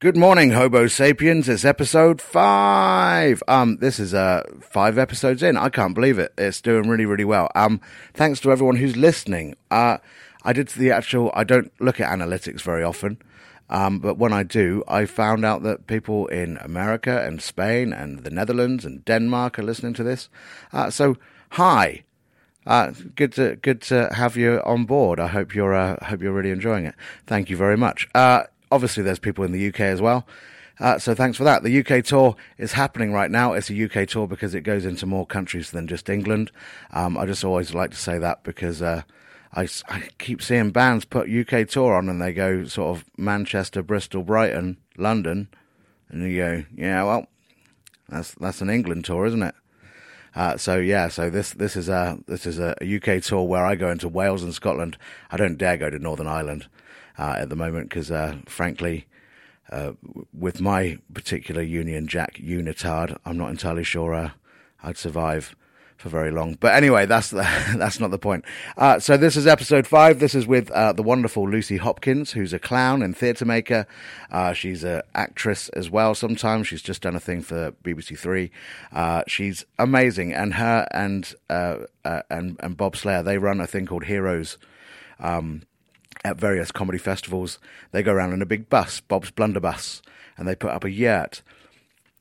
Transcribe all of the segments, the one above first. Good morning, Homo sapiens. It's episode five. Um, this is uh five episodes in. I can't believe it. It's doing really, really well. Um, thanks to everyone who's listening. Uh, I did the actual. I don't look at analytics very often, um, but when I do, I found out that people in America and Spain and the Netherlands and Denmark are listening to this. Uh, so hi, uh, good to good to have you on board. I hope you're uh, hope you're really enjoying it. Thank you very much. Uh, obviously, there's people in the UK as well. Uh, so thanks for that. The UK tour is happening right now. It's a UK tour because it goes into more countries than just England. Um, I just always like to say that because uh, I, s- I keep seeing bands put UK tour on and they go sort of Manchester, Bristol, Brighton, London, and you go, yeah, well, that's that's an England tour, isn't it? Uh, so yeah, so this this is a this is a UK tour where I go into Wales and Scotland. I don't dare go to Northern Ireland uh, at the moment because, uh, frankly, uh, w- with my particular Union Jack unitard, I'm not entirely sure uh, I'd survive for very long. But anyway, that's the, that's not the point. Uh, so this is episode five. This is with uh, the wonderful Lucy Hopkins, who's a clown and theatre maker. Uh, she's an actress as well. Sometimes she's just done a thing for BBC Three. Uh, she's amazing, and her and uh, uh, and and Bob Slayer they run a thing called Heroes at various comedy festivals. They go around in a big bus, Bob's Blunderbuss, and they put up a yurt.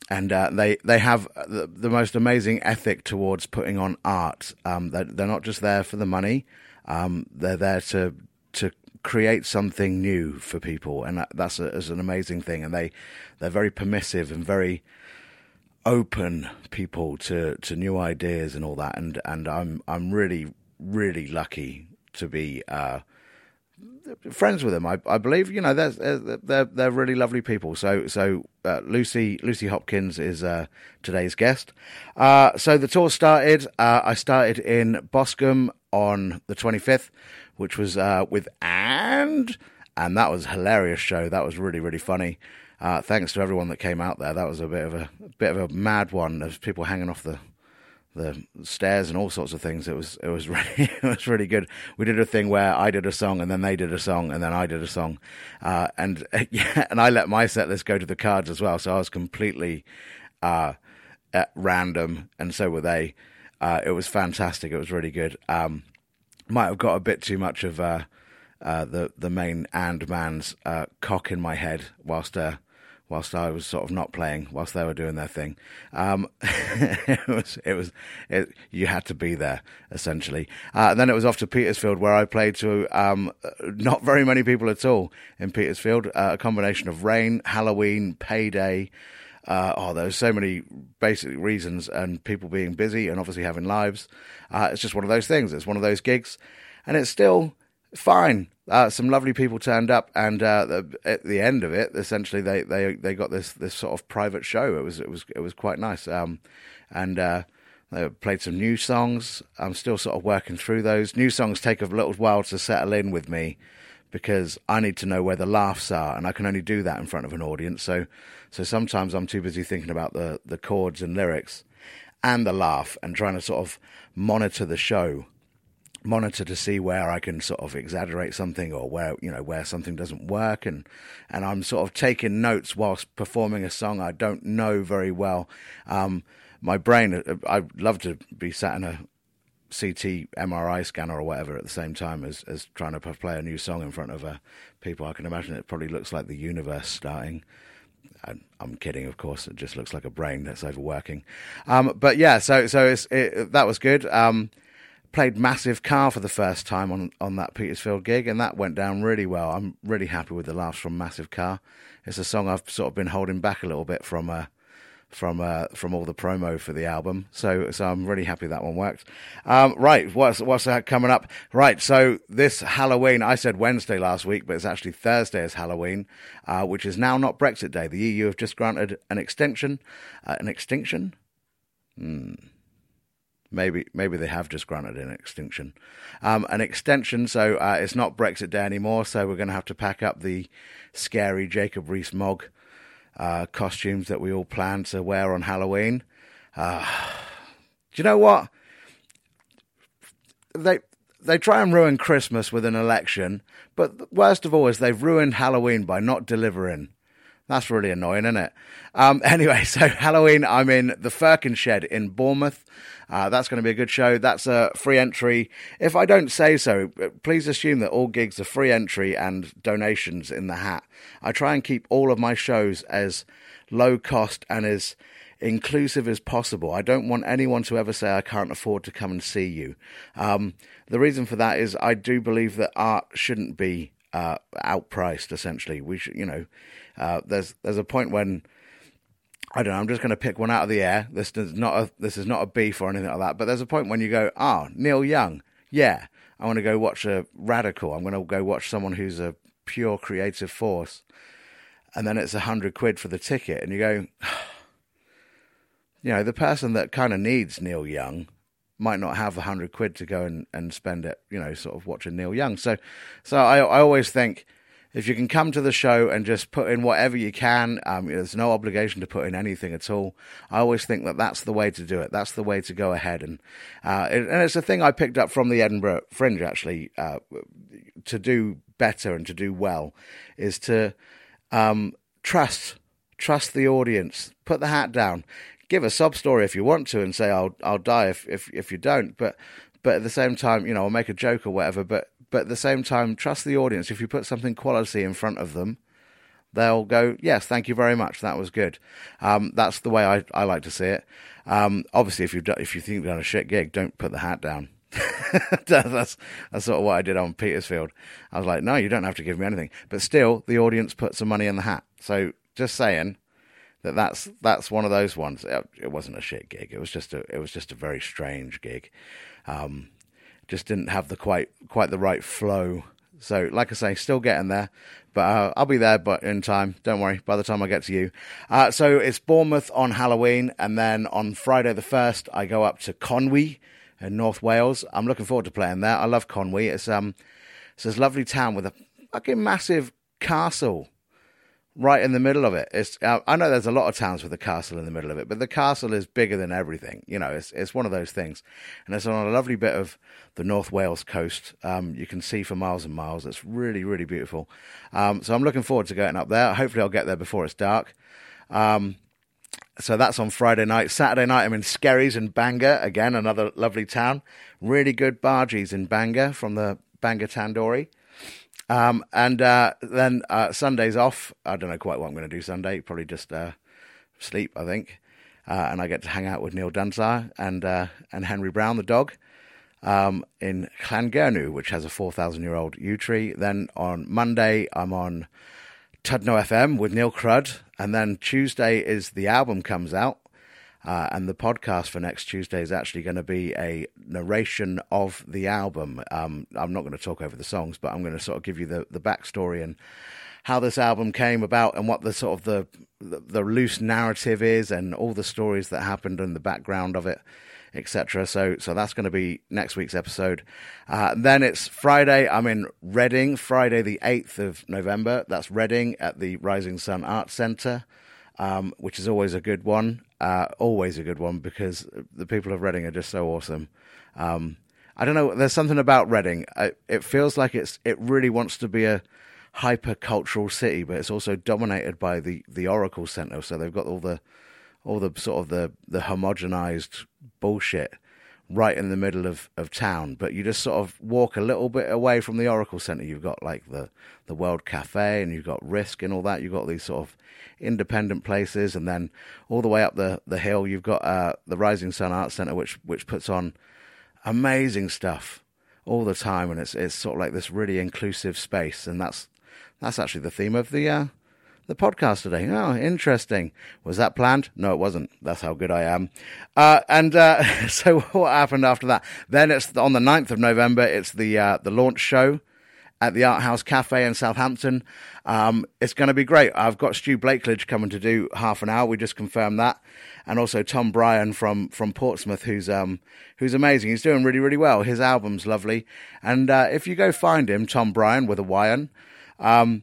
And uh, they they have the, the most amazing ethic towards putting on art. Um, they're, they're not just there for the money. Um, they're there to to create something new for people, and that, that's, a, is an amazing thing. And they they're very permissive and very open people to, to new ideas and all that. And and I'm I'm really really lucky to be uh, friends with them. I, I believe you know they're they're they're really lovely people. So so uh, Lucy Lucy Hopkins is uh, today's guest. Uh, so the tour started. Uh, I started in Boscombe on the twenty fifth, which was uh, with and and that was a hilarious show. That was really really funny. Uh, thanks to everyone that came out there. That was a bit of a, a bit of a mad one. There's people hanging off the the stairs and all sorts of things. It was it was really it was really good. We did a thing where I did a song and then they did a song and then I did a song, uh, and yeah, and I let my set list go to the cards as well. So I was completely uh, at random, and so were they. Uh, it was fantastic. It was really good. Um, might have got a bit too much of uh, uh, the the main and man's uh, cock in my head whilst uh, whilst I was sort of not playing, whilst they were doing their thing. Um, it was it was it, you had to be there essentially. Uh, and then it was off to Petersfield where I played to um, not very many people at all in Petersfield. Uh, a combination of rain, Halloween, payday. Uh, oh, there's so many basic reasons, and people being busy and obviously having lives. Uh, it's just one of those things. It's one of those gigs, and it's still fine. Uh, some lovely people turned up, and uh, the, at the end of it, essentially they, they, they got this this sort of private show. It was it was it was quite nice, um, and uh, they played some new songs. I'm still sort of working through those. New songs take a little while to settle in with me because I need to know where the laughs are, and I can only do that in front of an audience. So so sometimes I'm too busy thinking about the the chords and lyrics and the laugh and trying to sort of monitor the show monitor to see where I can sort of exaggerate something or where you know where something doesn't work and and I'm sort of taking notes whilst performing a song I don't know very well um my brain I would love to be sat in a CT MRI scanner or whatever at the same time as as trying to p- play a new song in front of uh, people I can imagine it probably looks like the universe starting I'm, I'm kidding, of course. It just looks like a brain that's overworking. Um, but yeah, so so it's, it, that was good. Um, played massive car for the first time on on that Petersfield gig, and that went down really well. I'm really happy with the laughs from Massive Car. It's a song I've sort of been holding back a little bit from. Uh, from uh, from all the promo for the album. So so I'm really happy that one worked. Um, right, what's what's uh, coming up? Right, so this Halloween, I said Wednesday last week, but it's actually Thursday is Halloween, uh, which is now not Brexit Day. The EU have just granted an extension, uh, an extinction. Maybe maybe they have just granted an extinction, um, an extension. So uh, it's not Brexit Day anymore. So we're going to have to pack up the scary Jacob Rees-Mogg uh, costumes that we all plan to wear on Halloween. Uh, do you know what? They they try and ruin Christmas with an election, but worst of all is they've ruined Halloween by not delivering. That's really annoying, isn't it? Um, anyway, so Halloween, I'm in the Firkin Shed in Bournemouth. Uh, that's going to be a good show. That's a free entry. If I don't say so, uh, please assume that all gigs are free entry and donations in the hat. I try and keep all of my shows as low cost and as inclusive as possible. I don't want anyone to ever say I can't afford to come and see you. Um, the reason for that is I do believe that art shouldn't be uh, outpriced. Essentially, we should, you know, uh, there's there's a point when I don't know. I'm just going to pick one out of the air. This is not a this is not a beef or anything like that. But there's a point when you go, ah, oh, Neil Young, yeah, I want to go watch a radical. I'm going to go watch someone who's a pure creative force. And then it's a hundred quid for the ticket, and you go, you know, the person that kind of needs Neil Young might not have a hundred quid to go and, and spend it, you know, sort of watching Neil Young. So, so I, I always think if you can come to the show and just put in whatever you can, um, there's no obligation to put in anything at all. I always think that that's the way to do it. That's the way to go ahead. And, uh, it, and it's a thing I picked up from the Edinburgh Fringe actually, uh, to do better and to do well is to, um, trust, trust the audience, put the hat down, give a sob story if you want to and say I'll I'll die if if if you don't but but at the same time you know I'll make a joke or whatever but but at the same time trust the audience if you put something quality in front of them they'll go yes thank you very much that was good um, that's the way I, I like to see it um, obviously if you if you think you've done a shit gig don't put the hat down that's that's sort of what I did on Petersfield I was like no you don't have to give me anything but still the audience put some money in the hat so just saying that that's that's one of those ones. It, wasn't a shit gig. It was just a it was just a very strange gig. Um, just didn't have the quite quite the right flow. So, like I say, still getting there, but uh, I'll be there, but in time. Don't worry. By the time I get to you, uh, so it's Bournemouth on Halloween, and then on Friday the first, I go up to Conwy in North Wales. I'm looking forward to playing there. I love Conwy. It's um, it's this lovely town with a fucking massive castle right in the middle of it. It's uh, I know there's a lot of towns with a castle in the middle of it, but the castle is bigger than everything. You know, it's it's one of those things, and it's on a lovely bit of the North Wales coast. Um, you can see for miles and miles. It's really really beautiful. Um, so I'm looking forward to going up there. Hopefully I'll get there before it's dark. Um, so that's on Friday night. Saturday night, I'm in Skerries in Bangor again, another lovely town. Really good bargees in Bangor from the Bangor Tandoori. Um, and uh, then uh, Sunday's off. I don't know quite what I'm going to do Sunday. Probably just uh, sleep, I think. Uh, and I get to hang out with Neil Dunsire and uh, and Henry Brown, the dog, um, in Llangirnu, which has a 4,000 year old yew tree. Then on Monday, I'm on Tudno FM with Neil Crud. And then Tuesday is the album comes out. Uh, and the podcast for next Tuesday is actually going to be a narration of the album. Um, I'm not going to talk over the songs, but I'm going to sort of give you the, the backstory and how this album came about and what the sort of the, the, the loose narrative is and all the stories that happened and the background of it, etc. So so that's going to be next week's episode. Uh, then it's Friday. I'm in Reading, Friday the eighth of November. That's Reading at the Rising Sun Arts Centre. Um, which is always a good one. Uh, always a good one because the people of Reading are just so awesome. Um, I don't know. There's something about Reading. I, it feels like it's it really wants to be a hyper cultural city, but it's also dominated by the the Oracle Centre. So they've got all the all the sort of the the homogenized bullshit right in the middle of, of town, but you just sort of walk a little bit away from the Oracle Centre. You've got like the, the World Cafe and you've got Risk and all that. You've got these sort of independent places. And then all the way up the, the hill, you've got uh, the Rising Sun Arts Centre, which, which puts on amazing stuff all the time. And it's, it's sort of like this really inclusive space. And that's, that's actually the theme of the, uh, the podcast today. Oh, interesting. Was that planned? No, it wasn't. That's how good I am. Uh, and uh, so what happened after that? Then it's on the 9th of November, it's the, uh, the launch show at the Art House Cafe in Southampton. Um, it's going to be great. I've got Stu Blakeledge coming to do half an hour. We just confirmed that, and also Tom Bryan from from Portsmouth, who's um, who's amazing. He's doing really really well. His album's lovely, and uh, if you go find him, Tom Bryan with a Y um,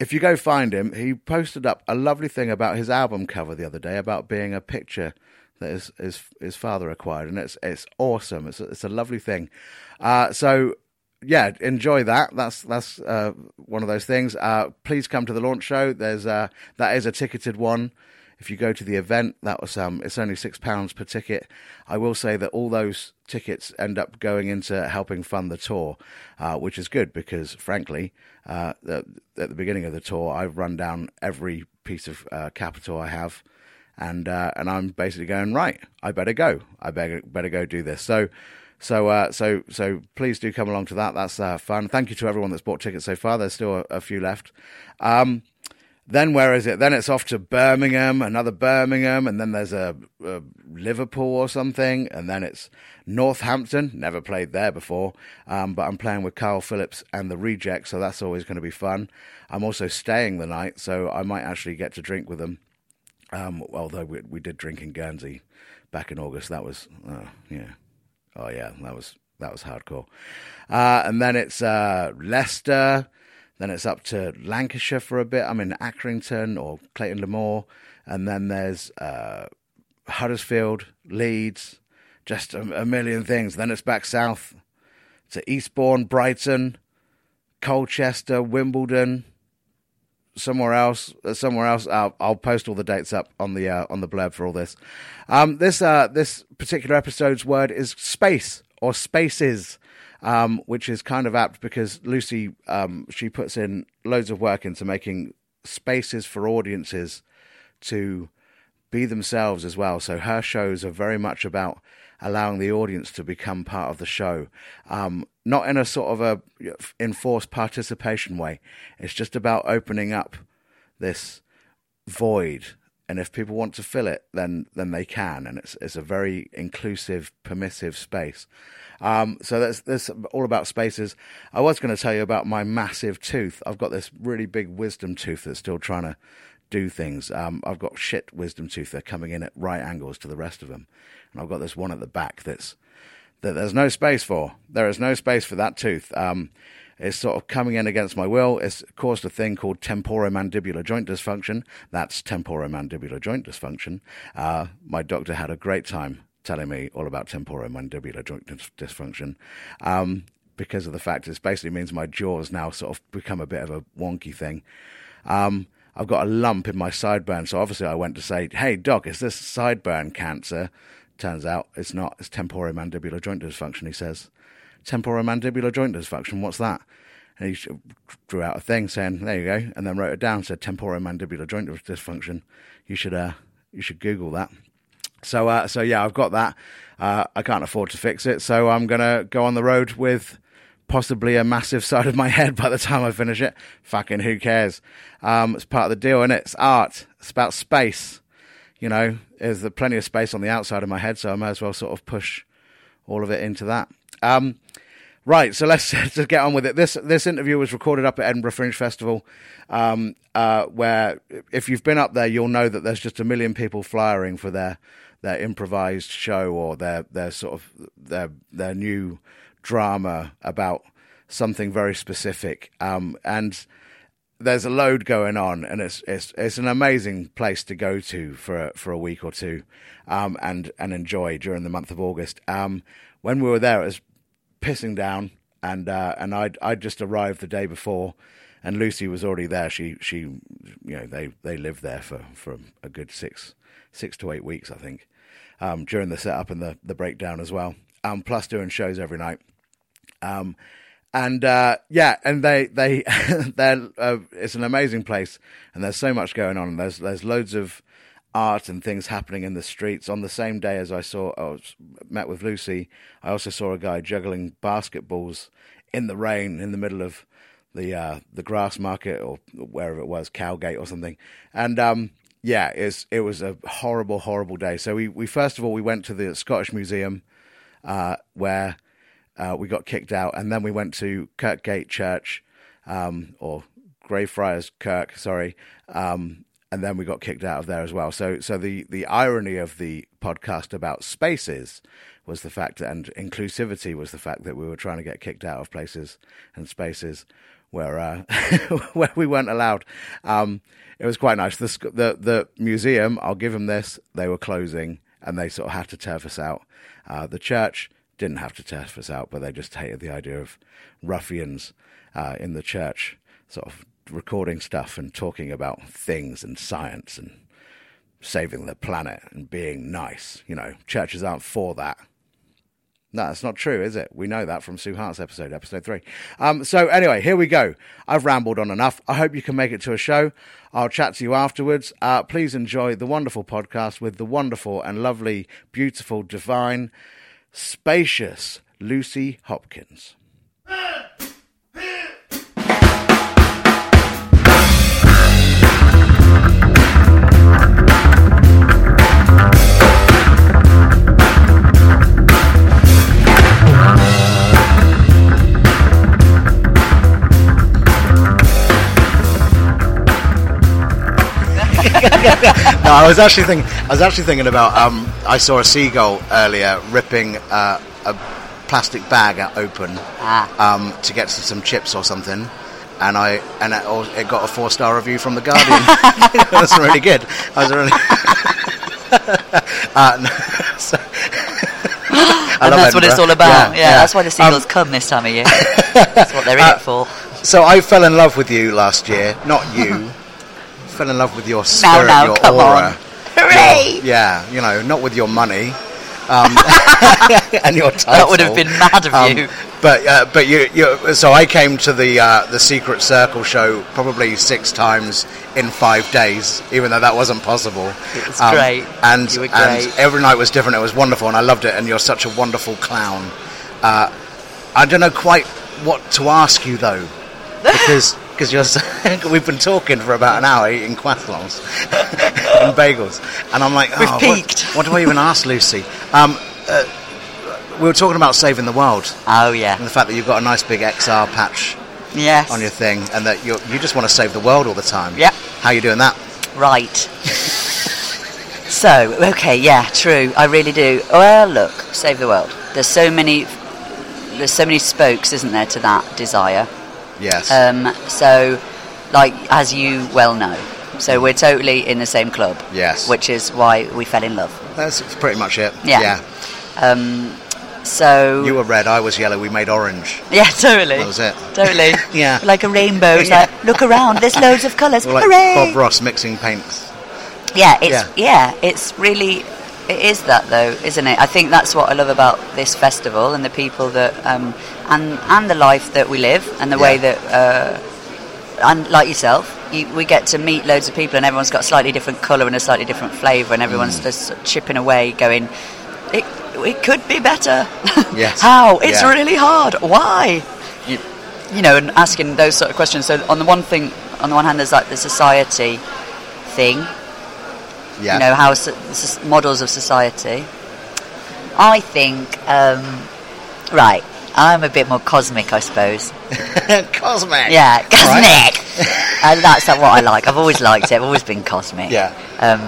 if you go find him, he posted up a lovely thing about his album cover the other day about being a picture that his his, his father acquired, and it's it's awesome. It's a, it's a lovely thing. Uh, so yeah, enjoy that. That's that's uh, one of those things. Uh, please come to the launch show. There's uh, that is a ticketed one. If you go to the event, that was um, it's only six pounds per ticket. I will say that all those tickets end up going into helping fund the tour, uh, which is good because, frankly, uh, the, at the beginning of the tour, I've run down every piece of uh, capital I have and uh, and I'm basically going right. I better go. I better better go do this. So. So, uh, so, so, please do come along to that. That's uh, fun. Thank you to everyone that's bought tickets so far. There's still a, a few left. Um, then where is it? Then it's off to Birmingham, another Birmingham, and then there's a, a Liverpool or something, and then it's Northampton. Never played there before, um, but I'm playing with Carl Phillips and the Rejects, so that's always going to be fun. I'm also staying the night, so I might actually get to drink with them. Um, although we, we did drink in Guernsey back in August. That was, oh, yeah. Oh, yeah, that was, that was hardcore. Uh, and then it's uh, Leicester. Then it's up to Lancashire for a bit. I'm in Accrington or Clayton Lamore. And then there's uh, Huddersfield, Leeds, just a, a million things. Then it's back south to Eastbourne, Brighton, Colchester, Wimbledon somewhere else uh, somewhere else I'll, I'll post all the dates up on the uh, on the blurb for all this um this uh this particular episode's word is space or spaces um which is kind of apt because lucy um she puts in loads of work into making spaces for audiences to be themselves as well. So her shows are very much about allowing the audience to become part of the show, um, not in a sort of a enforced participation way. It's just about opening up this void, and if people want to fill it, then then they can. And it's it's a very inclusive, permissive space. Um, so that's that's all about spaces. I was going to tell you about my massive tooth. I've got this really big wisdom tooth that's still trying to do things. Um, I've got shit wisdom tooth. They're coming in at right angles to the rest of them, and I've got this one at the back that's that there's no space for. There is no space for that tooth. Um, it's sort of coming in against my will. It's caused a thing called temporomandibular joint dysfunction. That's temporomandibular joint dysfunction. Uh, my doctor had a great time telling me all about temporomandibular joint dys- dysfunction. Um, because of the fact it basically means my jaw's now sort of become a bit of a wonky thing. Um, I've got a lump in my sideburn. So obviously I went to say, hey, doc, is this sideburn cancer? Turns out it's not. It's temporomandibular joint dysfunction, he says. Temporomandibular joint dysfunction, what's that? And he sh- drew out a thing saying, there you go, and then wrote it down, said temporomandibular joint dysfunction. You should, uh, you should Google that. So, uh, so yeah, I've got that. Uh, I can't afford to fix it. So I'm going to go on the road with possibly a massive side of my head by the time I finish it. Fucking who cares? Um, it's part of the deal, and it's art. It's about space. You know, there's plenty of space on the outside of my head, so I might as well sort of push all of it into that. Um, right, so let's just get on with it. This this interview was recorded up at Edinburgh Fringe Festival, um, uh, where if you've been up there, you'll know that there's just a million people flyering for their their improvised show or their their sort of their their new drama about something very specific. Um, and there's a load going on, and it's it's it's an amazing place to go to for a, for a week or two, um, and and enjoy during the month of August. Um, when we were there, it was pissing down, and uh, and I I just arrived the day before. And Lucy was already there. She, she, you know, they, they lived there for, for a good six, six to eight weeks, I think, um, during the setup and the, the breakdown as well. Um, plus doing shows every night. Um, and uh, yeah, and they they they're uh, it's an amazing place, and there's so much going on. And there's there's loads of art and things happening in the streets. On the same day as I saw, I was, met with Lucy. I also saw a guy juggling basketballs in the rain in the middle of the uh, the grass market or wherever it was, Cowgate or something. And um, yeah, it's it was a horrible, horrible day. So we we first of all we went to the Scottish Museum uh, where uh, we got kicked out, and then we went to Kirkgate Church um, or Greyfriars Kirk, sorry, um, and then we got kicked out of there as well. So, so the the irony of the podcast about spaces was the fact, that, and inclusivity was the fact that we were trying to get kicked out of places and spaces. Where uh, where we weren't allowed, um, it was quite nice. The, sc- the the museum, I'll give them this. They were closing, and they sort of had to turf us out. Uh, the church didn't have to test us out, but they just hated the idea of ruffians uh, in the church sort of recording stuff and talking about things and science and saving the planet and being nice. You know, churches aren't for that. No, that's not true, is it? We know that from Sue Hart's episode, episode three. Um, so anyway, here we go. I've rambled on enough. I hope you can make it to a show. I'll chat to you afterwards. Uh, please enjoy the wonderful podcast with the wonderful and lovely, beautiful, divine, spacious Lucy Hopkins. no, I was actually thinking. I was actually thinking about. Um, I saw a seagull earlier ripping uh, a plastic bag out open Ah. um, to get some, some chips or something, and I and it, al- it got a four star review from the Guardian. That's really good. I was really. uh, no, so- I and love that's what it's all Edinburgh. about. Yeah, that's why the Um, seagulls come this time of year. that's what they're in it for. So I fell in love with you last year, not you. fell in love with your Now, spirit, now, your come aura. on. Hooray! Your- yeah, you know, not with your money. Um, and your title. That would have been mad of Um, you. But uh, but you, you so I came to the uh, the Secret Circle show probably six times in five days, even though that wasn't possible. Um, It was great. And You were and great. every night was different. It was wonderful, and I loved it. And you're such a wonderful clown. Uh, I don't know quite what to ask you though, because because you're. So, we've been talking for about an hour eating quathlons and bagels, and I'm like, We've "Oh, what- peaked." What, do I even ask Lucy? Um, uh, we were talking about saving the world Oh and yeah, the fact that you've got a nice big XR patch yes. on your thing, and that you you just want to save the world all the time. Yep. How you doing that? Right. so, okay, yeah, true. I really do. Well, look, save the world. There's so many there's so many spokes, isn't there, to that desire. Yes. Um, so like as you well know. So we're totally in the same club. Yes. Which is why we fell in love. That's pretty much it. yeah. So You were red. I was yellow. We made orange. Yeah, totally. That was it. Totally. Yeah. Like a rainbow. It's Yeah. like, look around, there's loads of colours. We're like Hooray! Bob Ross mixing paints. Yeah, it's yeah. it's really it is that though, isn't it? I think that's what I love about this festival and the people that um, and and the life that we live and the way Yeah. that uh, and like yourself, you, we get to meet loads of people and everyone's got a slightly different colour and a slightly different flavour and everyone's Mm. just sort of chipping away, going. It, it could be better. Yes. How? It's Yeah. really hard. Why? You, you know, and asking those sort of questions. So on the one thing, on the one hand, there's like the society thing, Yeah. you know how so- s- models of society. I think um, right. I'm a bit more cosmic, I suppose. Cosmic. Yeah, All right. cosmic, and that's what I like. I've always liked it. I've always been cosmic. Yeah. Um,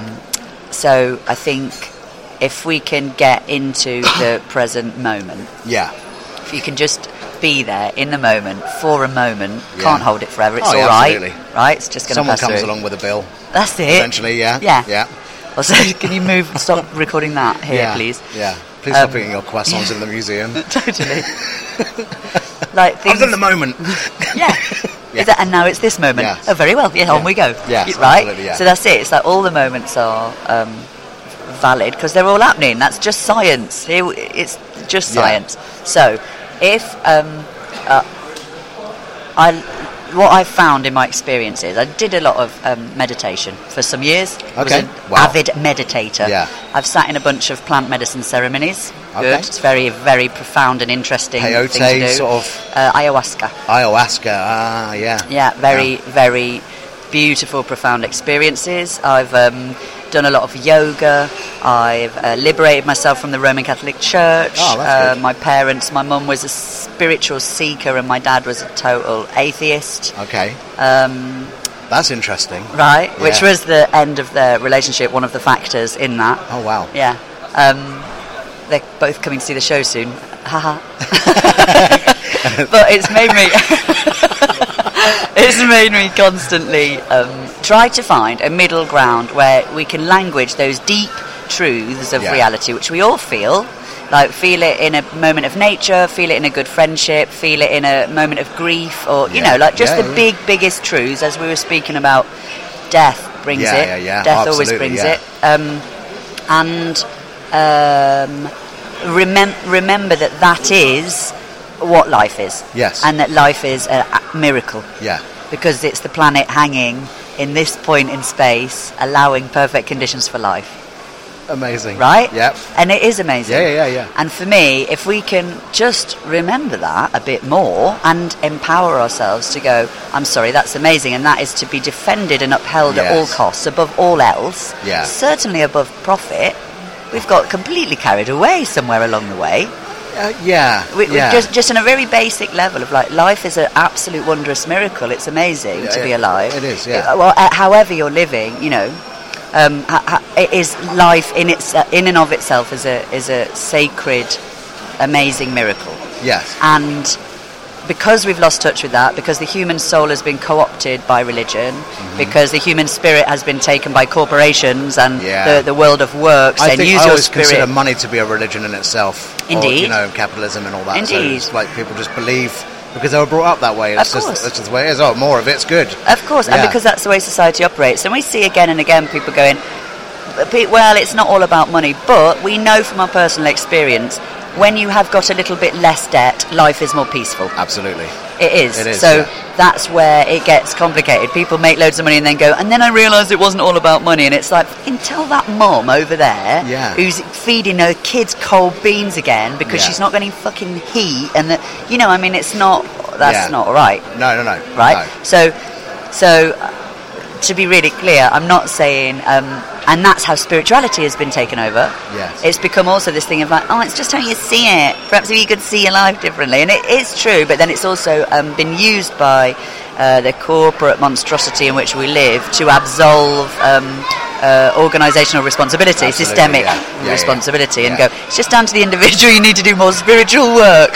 so I think if we can get into the present moment, Yeah. if you can just be there in the moment for a moment, Yeah. can't hold it forever. It's Oh, yeah, all right, absolutely. right? It's just going to Someone pass comes through. along with a bill That's it. eventually. Yeah. Yeah. Yeah. Also, can you move? Stop recording that here, yeah. please. Yeah. Please stop Um, eating your croissants in the museum. totally. like I'm things. in the moment. yeah. Is that, and now it's this moment. Yes. Oh, very well. Yeah, on Yeah. we go. Yes, Y- right. absolutely, yeah. So that's it. It's like all the moments are um, valid because they're all happening. That's just science. Here, w- it's just Yeah. science. So, if um, uh, I, what I found in my experience is I did a lot of um, meditation for some years. I was Okay. an Wow. avid meditator. Yeah. I've sat in a bunch of plant medicine ceremonies. Okay. Good. It's very, very profound and interesting. Peyote, thing to do. sort of- uh, ayahuasca. Ayahuasca. Ah, yeah. Yeah, very, very beautiful, profound experiences. I've um, done a lot of yoga. I've uh, liberated myself from the Roman Catholic Church. Oh, that's uh, good. my parents, my mum was a spiritual seeker, and my dad was a total atheist. Okay. Um, That's interesting. right, which Oh. Yeah. was the end of their relationship. One of the factors in that. Oh wow. Yeah. Um, they're both coming to see the show soon. Haha. but it's made me. it's made me constantly um, try to find a middle ground where we can language those deep truths of Yeah. reality, which we all feel. Like feel it in a moment of nature, feel it in a good friendship, feel it in a moment of grief, or you Yeah. know, like just Yeah, the yeah. big biggest truths. As we were speaking about, death brings Yeah, it. yeah, yeah. Death always Absolutely, brings yeah. it. Um, and um, remem- remember that that is what life is. Yes. And that life is a a miracle Yeah. because it's the planet hanging in this point in space, allowing perfect conditions for life, Amazing. right? Yep. And it is amazing. Yeah, yeah, yeah, yeah. And for me, if we can just remember that a bit more and empower ourselves to go, I'm sorry, that's amazing, and that is to be defended and upheld at all Yes. costs, above all else, Yeah. certainly above profit. We've got completely carried away somewhere along the way. Uh, yeah. We, we yeah. just, just on a very basic level of like life is an absolute wondrous miracle. It's amazing Yeah, to be yeah. alive. It is, yeah. Uh, Well, uh, however you're living, you know, um, ha, ha, it is life in its uh, in and of itself is a is a sacred, amazing miracle. yes. And because we've lost touch with that, because the human soul has been co opted by religion, Mm-hmm. because the human spirit has been taken by corporations and Yeah. the, the world of work, I saying think use I your always spirit. consider money to be a religion in itself. or, Indeed. you know, capitalism and all that. So Indeed. it's like people just believe because they were brought up that way. It's Of just course. that's just the way it is. Oh, more of it's good. Of course, Yeah. and because that's the way society operates. And we see again and again people going, "But pe- well, it's not all about money, but we know from our personal experience, when you have got a little bit less debt, life is more peaceful. Absolutely. It is. It is, so yeah. that's where it gets complicated. People make loads of money and then go, and then I realised it wasn't all about money. And it's like, "Fucking tell that mom over there Yeah. who's feeding her kids cold beans again because Yeah. she's not getting fucking heat. And that, you know, I mean, it's not, that's Yeah. not right No, no, no. right? No. So, so uh, to be really clear, I'm not saying, um, and that's how spirituality has been taken over. Yes. It's become also this thing of like, oh, it's just how you see it. Perhaps if you could see your life differently, and it is true. But then it's also um, been used by uh, the corporate monstrosity in which we live to absolve. Um, uh, organizational responsibility, Absolutely, systemic yeah. Yeah, yeah. responsibility, and Yeah. go. It's just down to the individual. You need to do more spiritual work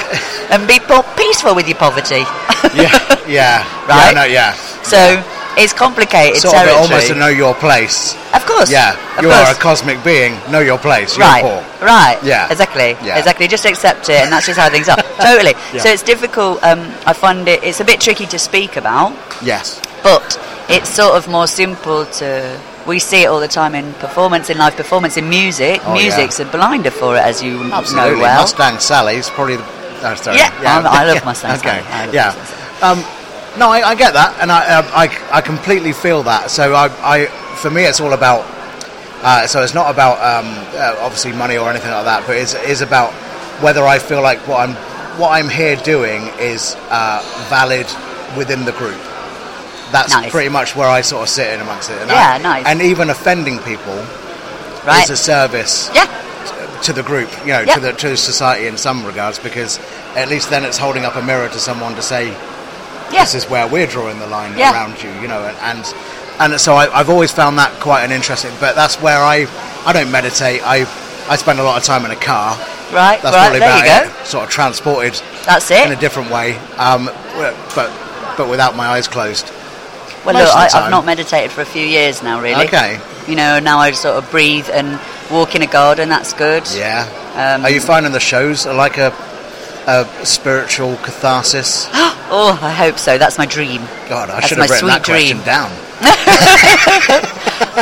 and be more peaceful with your poverty. yeah, yeah, Yeah, Right? no, yeah. So it's complicated sort territory. of almost to know your place. of course. Yeah, Of you are a course. cosmic being. Know your place. You're right. poor. Right. Yeah. Exactly. Yeah. Exactly. Just accept it, and that's just how things are. totally. Yeah. So it's difficult. Um, I find it. It's a bit tricky to speak about, Yes. but it's sort of more simple to. We see it all the time in performance, in live performance, in music. Oh, yeah. Music's a blinder for it, as you Absolutely. know well. Mustang Sally's probably the. Oh, sorry. Yeah, I'm- I love Mustang okay. Sally. I love yeah. Mustang Um, no, I, I get that, and I, um, I, I completely feel that. So I, I for me, it's all about. Uh, so it's not about um, uh, obviously money or anything like that, but it's it is about whether I feel like what I'm what I'm here doing is uh, valid within the group. That's Nice. pretty much where I sort of sit in amongst it. And Yeah, I- nice. And even offending people right. is a service yeah. to the group, you know, to Yep. the to society in some regards, because at least then it's holding up a mirror to someone to say, Yeah. this is where we're drawing the line Yeah. around you, you know, and and, and so I, I've always found that quite an interesting. But that's where I I don't meditate. I I spend a lot of time in a car. right. That's right. probably There about you go. it. Sort of transported That's in a it. different way, um, w- but but without my eyes closed. Well, most look, of the I, time. I've not meditated for a few years now, really. Okay. You know, now I sort of breathe and walk in a garden. That's good. Yeah. Um, Are you finding the shows are like a a spiritual catharsis? Oh, I hope so. That's my dream. God, I That's should my have written that sweet question dream. down.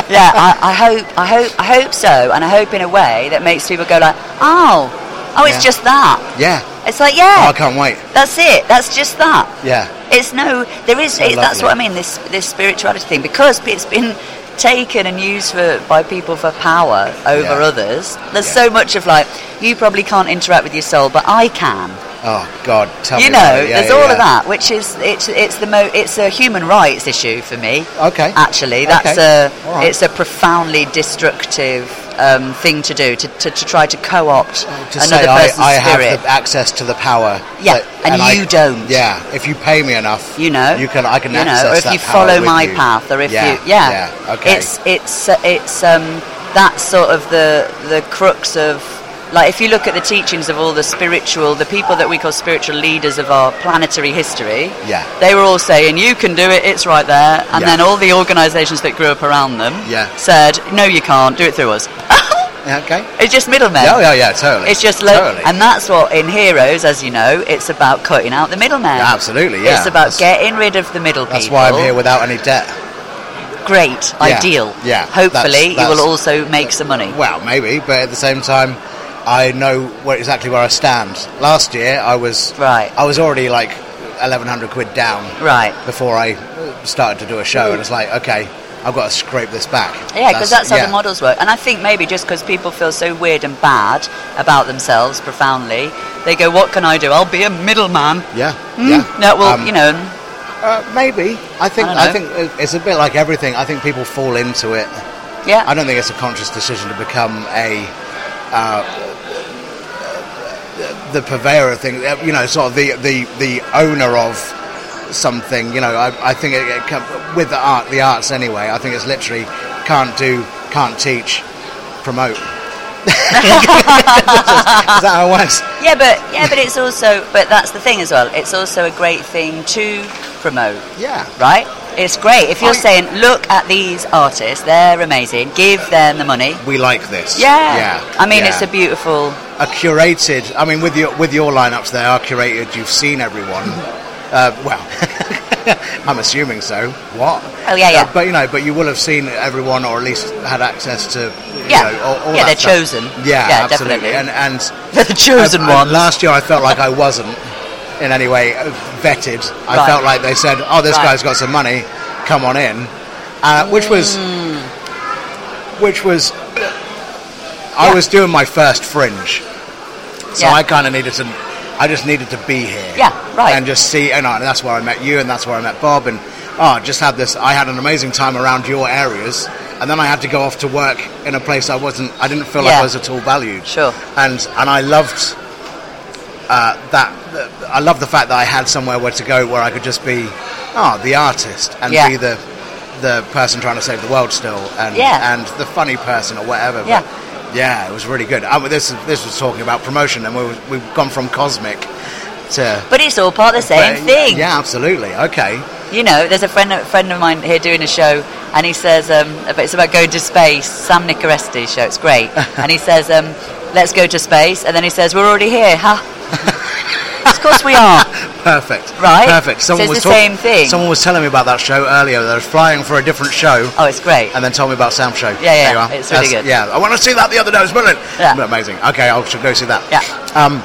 yeah, I, I hope, I hope, I hope so, and I hope in a way that makes people go like, oh, oh, it's Yeah. just that. Yeah. It's like, Oh, I yeah, can't wait. that's it. That's just that. Yeah. It's no, there is. So it, that's lovely. what I mean. This this spirituality thing because it's been taken and used for by people for power over Yeah. others. There's Yeah. so much of like you probably can't interact with your soul, but I can. Oh God, tell you me. know, about it. Yeah, there's yeah, all yeah. of that, which is it's it's the mo- it's a human rights issue for me. Okay. Actually, that's Okay. a All right. it's a profoundly destructive um, thing to do to, to, to try to co-opt to another say I, person's I spirit. have the access to the power. Yeah, that- and I- you don't. Yeah, if you pay me enough, you know you can. I can you access know or if that you power follow with my you. path or if yeah, you yeah, yeah. Okay. it's it's uh, it's um that's sort of the the crux of like if you look at the teachings of all the spiritual the people that we call spiritual leaders of our planetary history Yeah. they were all saying you can do it it's right there and Yeah. then all the organizations that grew up around them Yeah. said no you can't do it through us Uh, Okay. It's just middlemen. Yeah, yeah, yeah, totally. It's just lo- totally. and that's what in Heroes, as you know, it's about cutting out the middleman. Yeah, absolutely, yeah. It's about That's- getting rid of the middle That's people. why I'm here without any debt. Great, Yeah, ideal. yeah, Hopefully, that's- you will that's- also make some money. Well, maybe, but at the same time, I know where, exactly where I stand. Last year, I was Right. I was already like 1,100 quid down Right. before I uh, started to do a show, and it's like, okay, I've got to scrape this back. Yeah, because that's, how yeah. the models work. And I think maybe just because people feel so weird and bad about themselves profoundly, they go, "What can I do? I'll be a middleman." Yeah, Hmm, yeah. No, well, Um, you know, Uh, maybe. I think. I I, don't think it- it's a bit like everything. I think people fall into it. yeah. I don't think it's a conscious decision to become a. Uh, the purveyor of things, uh, you know, sort of the the, the owner of something, you know. I, I think it, it com- with the art, the arts anyway. I think it's literally can't do, can't teach, promote. is that how it works? Yeah, but yeah, but it's also but that's the thing as well. It's also a great thing to promote, Yeah. right? It's great if you're I- saying, look at these artists, they're amazing. Give them the money. We like this. Yeah. Yeah. I mean, yeah. it's a beautiful. a curated. I mean, with your with your lineups, they are curated. You've seen everyone. Mm-hmm. Uh, well, I'm assuming so. What? Uh, Oh, yeah, yeah. but you know, but you will have seen everyone, or at least had access to. You Yeah. know, all, all Yeah, that they're stuff. chosen. Yeah, Yeah, absolutely. definitely. And and They're the chosen I- I- ones. Last year, I felt like I wasn't in any way uh, vetted. I Right. felt like they said, "Oh, this Right. guy's got some money, come on in," uh, which was Mm. which was. I Yeah. was doing my first fringe, so Yeah. I kind of needed to. I just needed to be here. Yeah, right. And just see, and, I, and that's where I met you, and that's where I met Bob, and oh, just had this. I had an amazing time around your areas, and then I had to go off to work in a place I wasn't. I didn't feel like Yeah. I was at all valued. Sure. And and I loved uh, that. th- I loved the fact that I had somewhere where to go where I could just be, oh, the artist and Yeah. be the the person trying to save the world still, and Yeah. and the funny person or whatever. but Yeah. yeah, it was really good. I, this this was talking about promotion, and we was, we've gone from cosmic to. But it's all part of the same But, thing. Yeah, absolutely. Okay. You know, there's a friend a friend of mine here doing a show, and he says, um, about- it's about going to space. Sam Nicoresti's show. It's great, and he says, um, let's go to space, and then he says, we're already here, huh? of course we are. Perfect. Right. Perfect. So it's was the same thing. Someone was telling me about that show earlier. They were flying for a different show. Oh, it's great. and then told me about Sam Show. yeah, There you are. it's really good. Yeah, I want to see that the other day. It was brilliant. Yeah. Amazing. Okay, I should go see that. Yeah. Um,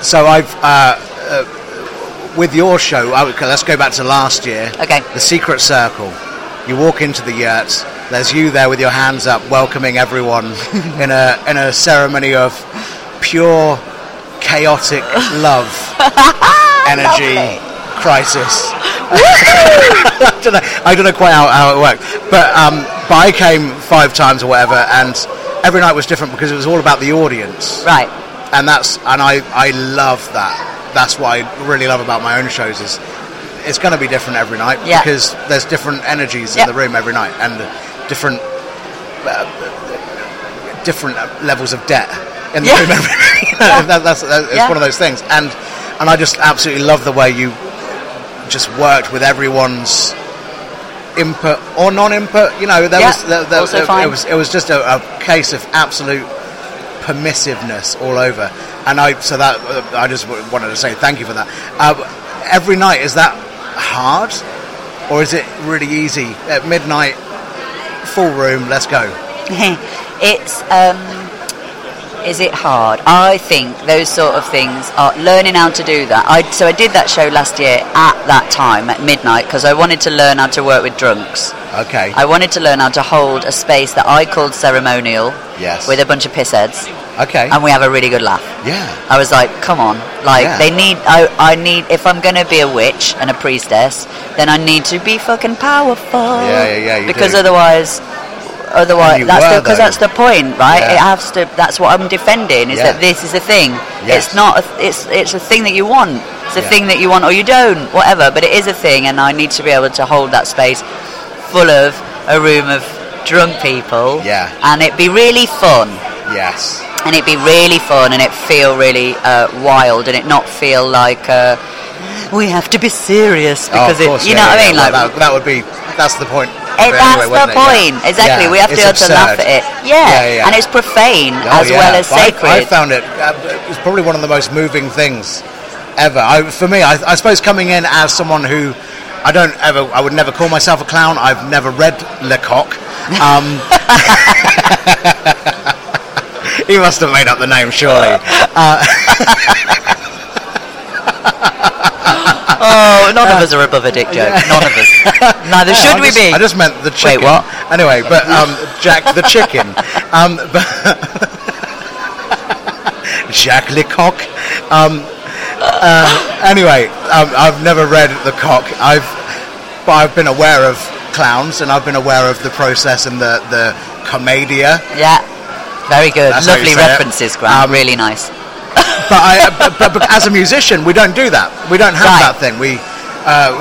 so I've uh, uh, with your show. I, would- okay, let's go back to last year. Okay. The Secret Circle. You walk into the yurt. There's you there with your hands up, welcoming everyone in a in a ceremony of pure chaotic love, energy, crisis. I don't know. I don't know quite how, how it worked, but um, but I came five times or whatever, and every night was different because it was all about the audience, Right. and that's and I I love that. That's what I really love about my own shows is it's going to be different every night Yeah. because there's different energies Yeah. in the room every night and different uh, different levels of debt in the Yeah. room. Every, you know, Yeah. that, that's that, it's Yeah. one of those things, and and I just absolutely love the way you just worked with everyone's input or non-input. You know, there Yeah, was there, there, also there- fine. it was it was just a, a case of absolute permissiveness all over, and I so that uh, I just w- wanted to say thank you for that. Uh, every night is that hard, or is it really easy at midnight? Full room, let's go. it's um, is it hard? I think those sort of things are learning how to do that. I so I did that show last year at that time at midnight because I wanted to learn how to work with drunks. Okay. I wanted to learn how to hold a space that I called ceremonial. Yes. With a bunch of pissheads, okay. and we have a really good laugh. yeah. I was like, come on, like Yeah. they need. I, I need if I'm gonna be a witch and a priestess, then I need to be fucking powerful. Yeah, yeah, yeah, you because do. otherwise, otherwise you that's were, because though. that's the point, right? Yeah. It has to. That's what I'm defending. Is Yeah. that this is a thing? Yes. It's not. A, it's it's a thing that you want. It's a Yeah. thing that you want or you don't, whatever. But it is a thing, and I need to be able to hold that space full of a room of drunk people. Yeah. and it be really fun Yes. Oh, and it be really fun and it feel really uh, wild and it not feel like uh, we have to be serious Oh, because of course, it, you yeah, know yeah, what I yeah. mean Well, like that, that would be that's the point. It, it that's anyway, the wasn't it? Yeah. point. Exactly. Yeah, We have to it's be able to laugh absurd. at it. Yeah. Yeah, yeah. And it's profane Oh, as yeah. well as But I- sacred. I, found it. uh, It was probably one of the most moving things ever. I, for me, I, I suppose coming in as someone who I don't ever, I would never call myself a clown. I've never read Lecoq. Um, he must have made up the name, surely. oh, none of us are above a dick joke. None of us. Neither No, should I we just- be. I just meant the chicken. what? Anyway, but um, Jack the chicken. Um, but Jack Lecoq. Um, uh, anyway, um, I've never read the cock. I've, but I've been aware of clowns, and I've been aware of the process and the the comedia. yeah. Very good. That's how you Lovely say it. Um, references, Graham. really nice. but, I, but, but, but as a musician, we don't do that. We don't have Right. that thing. We, uh,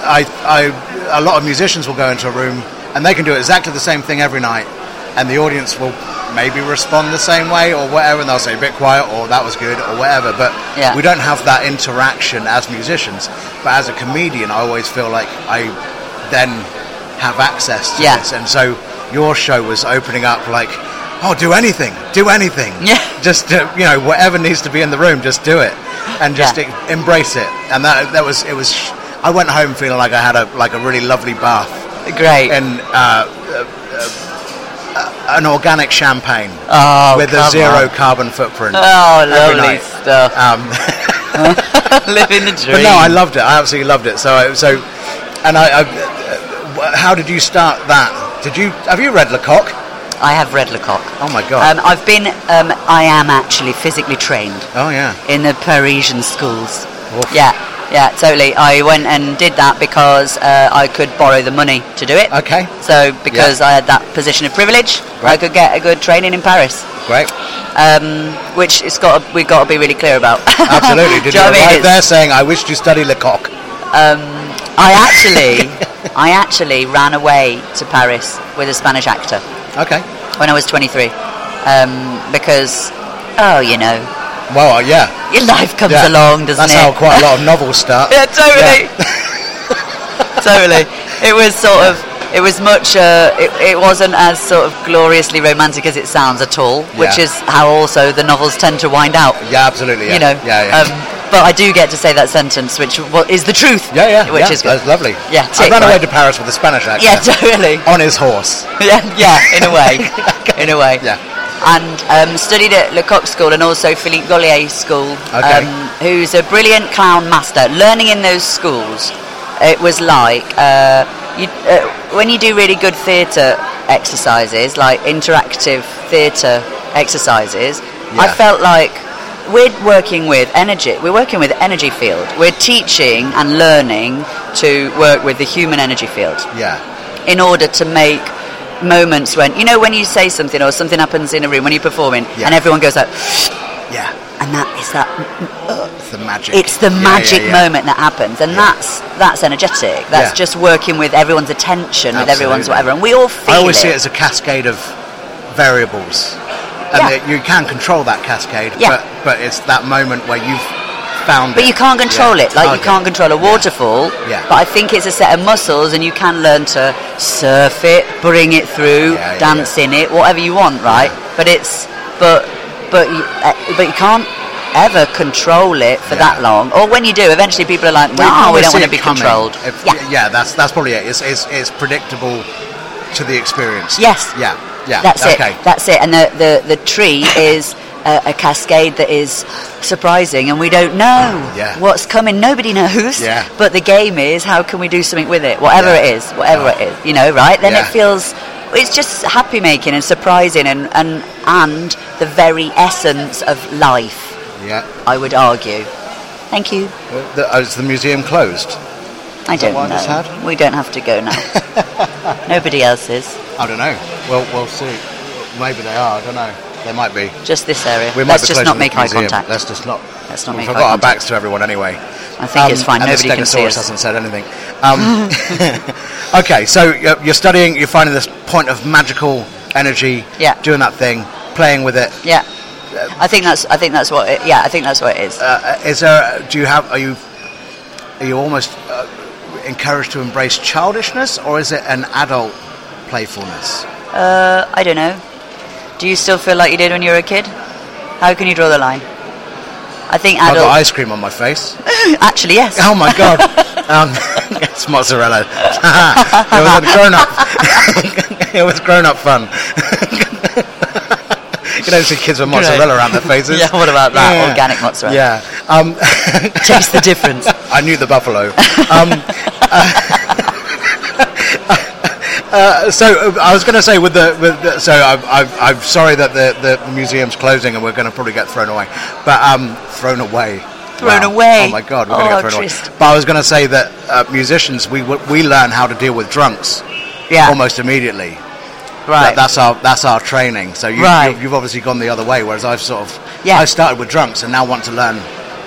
I, I, a lot of musicians will go into a room and they can do exactly the same thing every night, and the audience will maybe respond the same way or whatever, and they'll say a bit quiet or that was good or whatever. But Yeah. we don't have that interaction as musicians. But as a comedian, I always feel like I then have access to Yeah. this, and so your show was opening up like. Oh, do anything, do anything Yeah. just uh, you know whatever needs to be in the room just do it and just Yeah. e- embrace it and that that was it was i went home feeling like i had a like a really lovely bath Great. and uh, uh, uh, an organic champagne oh, with a come zero on. carbon footprint Oh, every lovely night. stuff. um, Living the dream. but no i loved it i absolutely loved it so I- so and i, I uh, how did you start that did you have you read lecoq I have read Lecoq. oh my god Um, I've been, um, I am actually physically trained. oh yeah in the Parisian schools. Oof. Yeah, yeah, totally. I went and did that because uh, I could borrow the money to do it. okay So because I had that position of privilege, I Right. could get a good training in Paris, great um, which it's got to, we've got to be really clear about. absolutely Do did you you know what I mean? arrive It's- there saying i wish to study lecoq I actually, I actually ran away to Paris with a Spanish actor. okay when I was 23 um, because oh you know Well, uh, yeah. your life comes yeah. along doesn't That's it how quite a lot of novels start. yeah totally totally it was sort of it was much uh, it, it wasn't as sort of gloriously romantic as it sounds at all which Yeah. is how also the novels tend to wind out Yeah, absolutely. Yeah. you know Yeah, yeah. Um, but I do get to say that sentence which wa- is the truth yeah, yeah. which yeah, Uh, is good That's lovely. I Yeah, tick, ran away right. to Paris with a Spanish accent. yeah totally On his horse. yeah, yeah, in a way, in a way. Yeah. And um, studied at Lecoq School and also Philippe Gollier School, Okay. um, who's a brilliant clown master. Learning in those schools, it was like uh, you, uh, when you do really good theatre exercises, like interactive theatre exercises. I Yeah. felt like we're working with energy. We're working with energy field. We're teaching and learning to work with the human energy field Yeah. in order to make moments when you know when you say something or something happens in a room when you're performing Yeah. and everyone goes like Yeah. and that is that It's the magic. it's the Yeah, yeah, magic yeah. moment that happens and that's that's energetic that's Yeah. just working with everyone's attention with everyone's Absolutely. whatever and we all feel I always it. see it as a cascade of variables. And Yeah. that you can control that cascade, Yeah. but, but it's that moment where you've found but it. you can't control Yeah. it like you Okay. can't control a waterfall Yeah. but i think it's a set of muscles and you can learn to surf it bring it through Yeah, yeah, dance in it whatever you want right but it's but but you, uh, but you can't ever control it for Yeah. that long or when you do eventually people are like Well, you can no Ah, we always don't see want to it be coming. controlled If- yeah yeah, that's that's probably it. It's, it's, it's predictable to the experience. Yes. Yeah. Yeah. That's okay. it. That's it. And the, the, the tree is a, a cascade that is surprising, and we don't know Ah, Yeah. what's coming. Nobody knows. Yeah. But the game is how can we do something with it? Whatever Yeah. Ah. it is, whatever it is, you know, right? Then it Yeah. feels it's just happy making and surprising, and, and and the very essence of life. Yeah. I would argue. Thank you. The, oh, is the museum closed? I don't what I just know. had? We don't have to go now. Nobody else is. I don't know. Well, we'll see. Maybe they are. I don't know. They might be. Just this area. We might Let's be just closing not the make eye museum. contact. Let's just not. Let's not We've make got eye our contact. backs to everyone anyway. Um, I think it's fine. And Nobody the can see Stegosaurus us. hasn't said anything. Um, okay, so you're, you're studying. You're finding this point of magical energy. Yeah. Doing that thing, playing with it. Yeah, I think that's I think that's what it, yeah I think that's what it is. Uh, is there? Do you have? Are you? Are you almost? Uh, encouraged to embrace childishness, or is it an adult playfulness? Uh, I don't know. Do you still feel like you did when you were a kid? How can you draw the line? I think I've got adult. ice cream on my face. Actually, yes. Oh my god! um, it's mozzarella. it was a grown up. it was grown up fun. you don't see kids with mozzarella around their faces. Yeah, what about that? Yeah. Organic mozzarella. Yeah. Um, Taste the difference. I knew the buffalo. Um, uh, uh, so uh, I was going to say with the, with the so I'm, I'm, I'm sorry that the, the museum's closing and we're going to probably get thrown away, but um, thrown away. Thrown away. Oh my god, we're going to Oh, get thrown trist. away. But I was going to say that uh, musicians we w- we learn how to deal with drunks Yeah. almost immediately. That- Right. that's our that's our training. So you, Right. you've, you've obviously gone the other way, whereas I've sort of Yeah. I started with drunks and now want to learn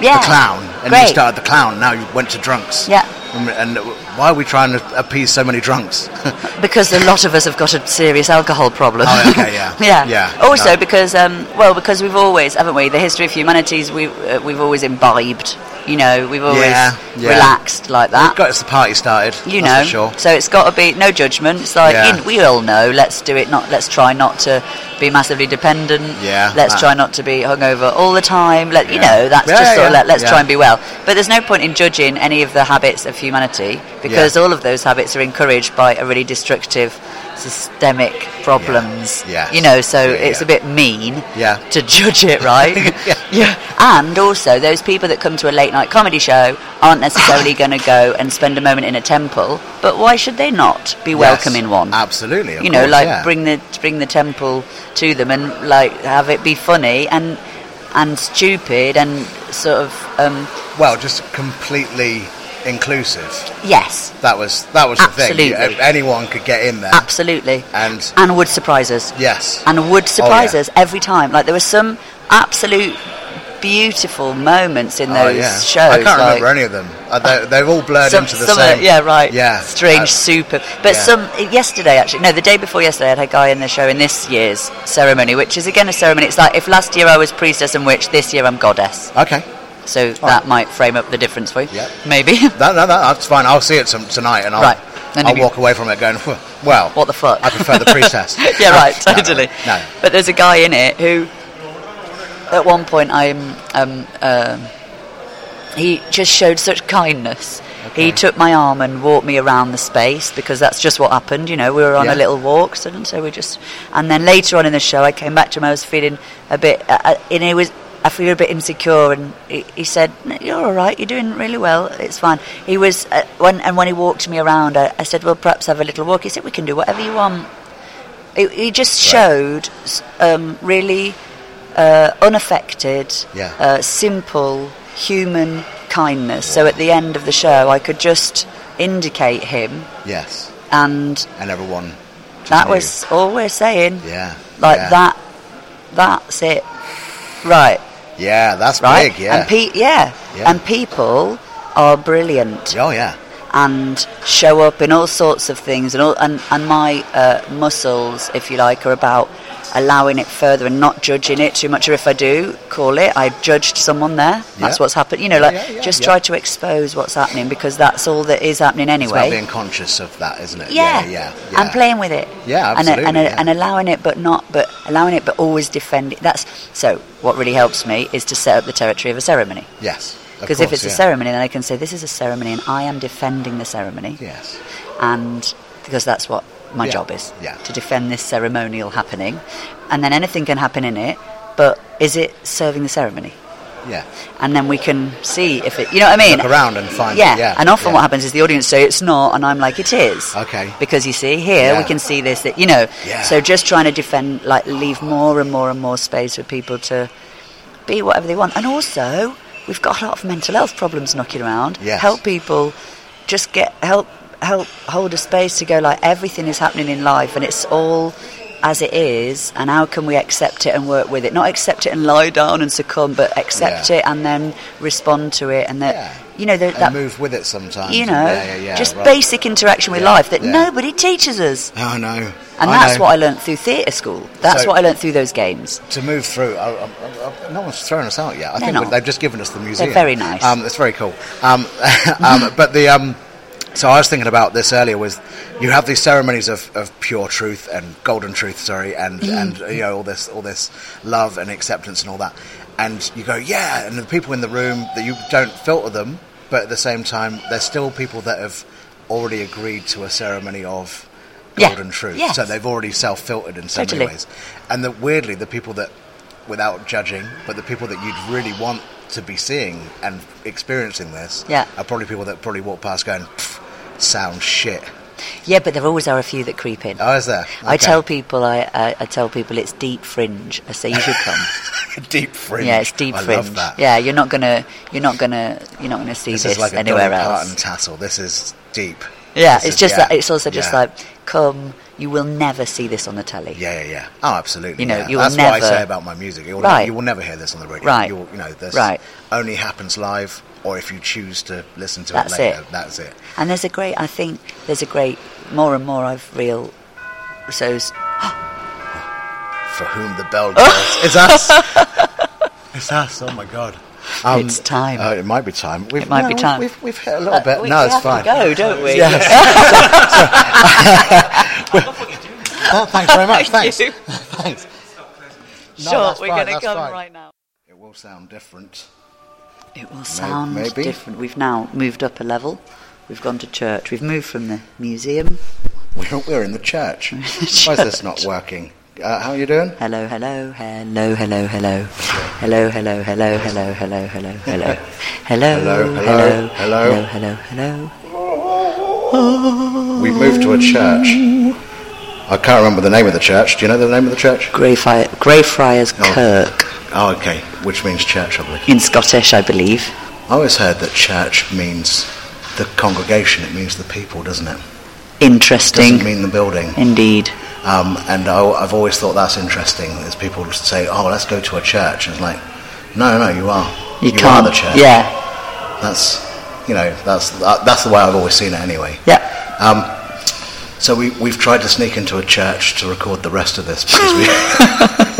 Yeah. the clown, and you Great. started the clown. Now you went to drunks. Yeah. And, and why are we trying to appease so many drunks? Because a lot of us have got a serious alcohol problem. Oh, okay, yeah. yeah. Yeah, Also, no. because um, well, because we've always, haven't we? The history of humanities, we uh, we've always imbibed. You know, we've always Yeah, yeah. relaxed like that. Got us the party started. you know, that's for sure. so it's got to be no judgment. It's like Yeah. you- we all know. Let's do it. Not let's try not to be massively dependent. Yeah, Let's that. try not to be hungover all the time. Let you Yeah. know that's Yeah, just sort of yeah, let, let's yeah. try and be well. But there's no point in judging any of the habits of humanity because all of those habits are encouraged by a really destructive systemic problems. Yes. You know, so Yeah, it's yeah. a bit mean Yeah. to judge it, right? Yeah. And also, those people that come to a late night comedy show aren't necessarily going to go and spend a moment in a temple, but why should they not be welcome Yes, in one? Absolutely. of you know, course, like yeah. bring the bring the temple to them and like have it be funny and and stupid and sort of um, Well, just completely inclusive. yes, That was that was Absolutely. the thing. You- Anyone could get in there. absolutely, And and would surprise us. yes. and would surprise Oh, yeah. us every time. Like there were some absolute beautiful moments in those oh, yeah. shows. I can't like- remember any of them. Uh, They, they've all blurred into the of the- same. yeah, right. Yeah. Strange, Uh, super. But yeah. some yesterday actually, no, the day before yesterday, I had a guy in the show in this year's ceremony, which is again a ceremony. It's like if last year I was priestess and witch, this year I'm goddess. okay. So that might frame up the difference for you. Yeah. Maybe. No, no, no, that's fine. I'll see it some, tonight, and I'll, Right. And I'll if you- walk away from it going, well, What the fuck? I prefer the priestess. yeah, No, right, no, no, totally. No, But there's a guy in it who, at one point, I'm, um, um, he just showed such kindness. He took my arm and walked me around the space because that's just what happened. You know, we were on Yeah. a little walk, so, and so we just. And then later on in the show, I came back to him. I was feeling a bit, uh, uh, and he was. I feel a bit insecure, and he, he said, "No, "You're all right. You're doing really well. It's fine." He was uh, when, and when he walked me around, I, I said, "Well, perhaps have a little walk." He said, "We can do whatever you want." It, he just showed s- um, really uh, unaffected, Yeah. uh, simple human kindness. So at the end of the show, I could just indicate him, yes, and and everyone. just that knew. was all we're saying. yeah, Like yeah. that. That's it. Right. Yeah, that's Right. big. Yeah. And pe- yeah. Yeah. And people are brilliant oh yeah. and show up in all sorts of things and all, and, and my uh, muscles if you like are about allowing it further and not judging it too much or if I do call it I judged someone there that's Yeah. what's happened you know like yeah, yeah, just yeah. try to expose what's happening because that's all that is happening It's about anyway being conscious of that, isn't it? yeah. yeah, yeah. and playing with it Yeah, and, and, absolutely, yeah. and allowing it but not but allowing it but always defending that's so what really helps me is to set up the territory of a ceremony Yes, of because if course, it's a yeah. ceremony then I can say this is a ceremony and I am defending the ceremony Yes. and because that's what my Yeah. job is Yeah. to defend this ceremonial happening and then anything can happen in it but is it serving the ceremony Yeah. and then we can see if it you know what i mean Look around and find. yeah. Yeah. and often yeah. what happens is the audience say it's not and i'm like it is Okay. because you see here we Yeah. can see this that you know Yeah. so just trying to defend like leave more and more and more space for people to be whatever they want and also we've got a lot of mental health problems knocking around Yes. help people just get help help hold a space to go like everything is happening in life and it's all as it is and how can we accept it and work with it not accept it and lie down and succumb but accept Yeah. it and then respond to it and that Yeah. you know the, And that move with it sometimes. you and- know, yeah, yeah, yeah, just right. basic interaction with Yeah, life that yeah. nobody teaches us. Oh no. And I that's know. what I learnt through theatre school. That's So- what I learnt through those games. to move through. I, I, I, no one's thrown us out yet. I think not. they've just given us the museum. very nice. Um, it's very cool. Um, um, but the um, So I was thinking about this earlier. Was you have these ceremonies of, of pure truth and golden truth, sorry, and Mm. and you know all this all this love and acceptance and all that, and you go yeah, and the people in the room that you don't filter them, but at the same time they're still people that have already agreed to a ceremony of Yeah. golden truth. Yes. So they've already self filtered in so Totally. many ways, and that weirdly the people that without judging, but the people that you'd really want to be seeing and experiencing this Yeah. are probably people that probably walk past going, "Pff, sound shit. Yeah, but there always are a few that creep in. Oh, is there? I Okay. tell people, I, I, I tell people it's deep fringe. I say you should come. deep fringe. yeah, it's deep I fringe. love that. Yeah, you're not gonna, you're not gonna, you're not gonna see this this, is like a anywhere anywhere else. Parton tassel. This is deep. Yeah, This it's is- just yeah, that. It's also just yeah. like, come, you will never see this on the telly. Yeah, yeah, yeah. Oh, absolutely. You know, yeah. you will That's what I never- say about my music. You'll, Right. you will never hear this on the radio. Right. You'll, you know, this Right. only happens live, or if you choose to listen to That's it later. it. That's it. And there's a great, I think there's a great, more and more I've real, so s- For whom the bell goes. it's us. It's us. Oh my god. Um, It's time. Oh, it might be time. We've, It might be we've- time. Uh, We've, we've hit a little bit. we, no, we it's have fine. To go, don't we? Oh, thanks very much. Thank thanks. you. thanks. No, Sure, that's we're fine, going to that's come fine. right now. It will sound different. It will sound maybe. different. We've now moved up a level. We've gone to church. We've moved from the museum. We're, we're in the church. Why is this not working? Uh, how are you doing? Hello, hello, hello, hello, hello. Hello, hello, hello, hello, hello, hello, hello. Hello, Hello, hello, hello, hello. hello, hello. We've moved to a church. I can't remember the name of the church. Do you know the name of the church? Greyfri- Greyfriars Oh. Kirk Oh, okay. Which means church, I believe. in Scottish, I believe. I always heard that church means the congregation. It means the people, doesn't it? Interesting. Doesn't mean the building. Indeed. Um, and I, have always thought that's interesting. Is people say, "Oh, let's go to a church," and it's like, "No, no, you are. You, are can't. the church. Yeah. That's you know that's that, that's the way I've always seen it anyway. Yeah. Um, so we, we've tried to sneak into a church to record the rest of this because we,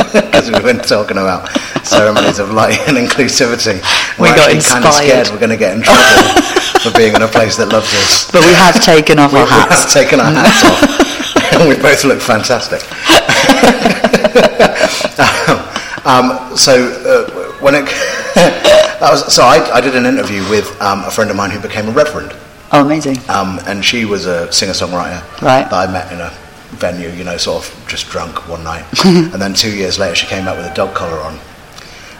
because we've been talking about ceremonies of light and inclusivity. We We're got actually kind of inspired. scared we're going to get in trouble for being in a place that loves us. But we have taken off our hats. We've taken our hats off, and we both look fantastic. um, so uh, when it, that was, so I, I did an interview with um, a friend of mine who became a reverend Oh, amazing. um, and she was a singer-songwriter Right. that I met in a venue, you know, sort of just drunk one night. and then two years later, she came back with a dog collar on,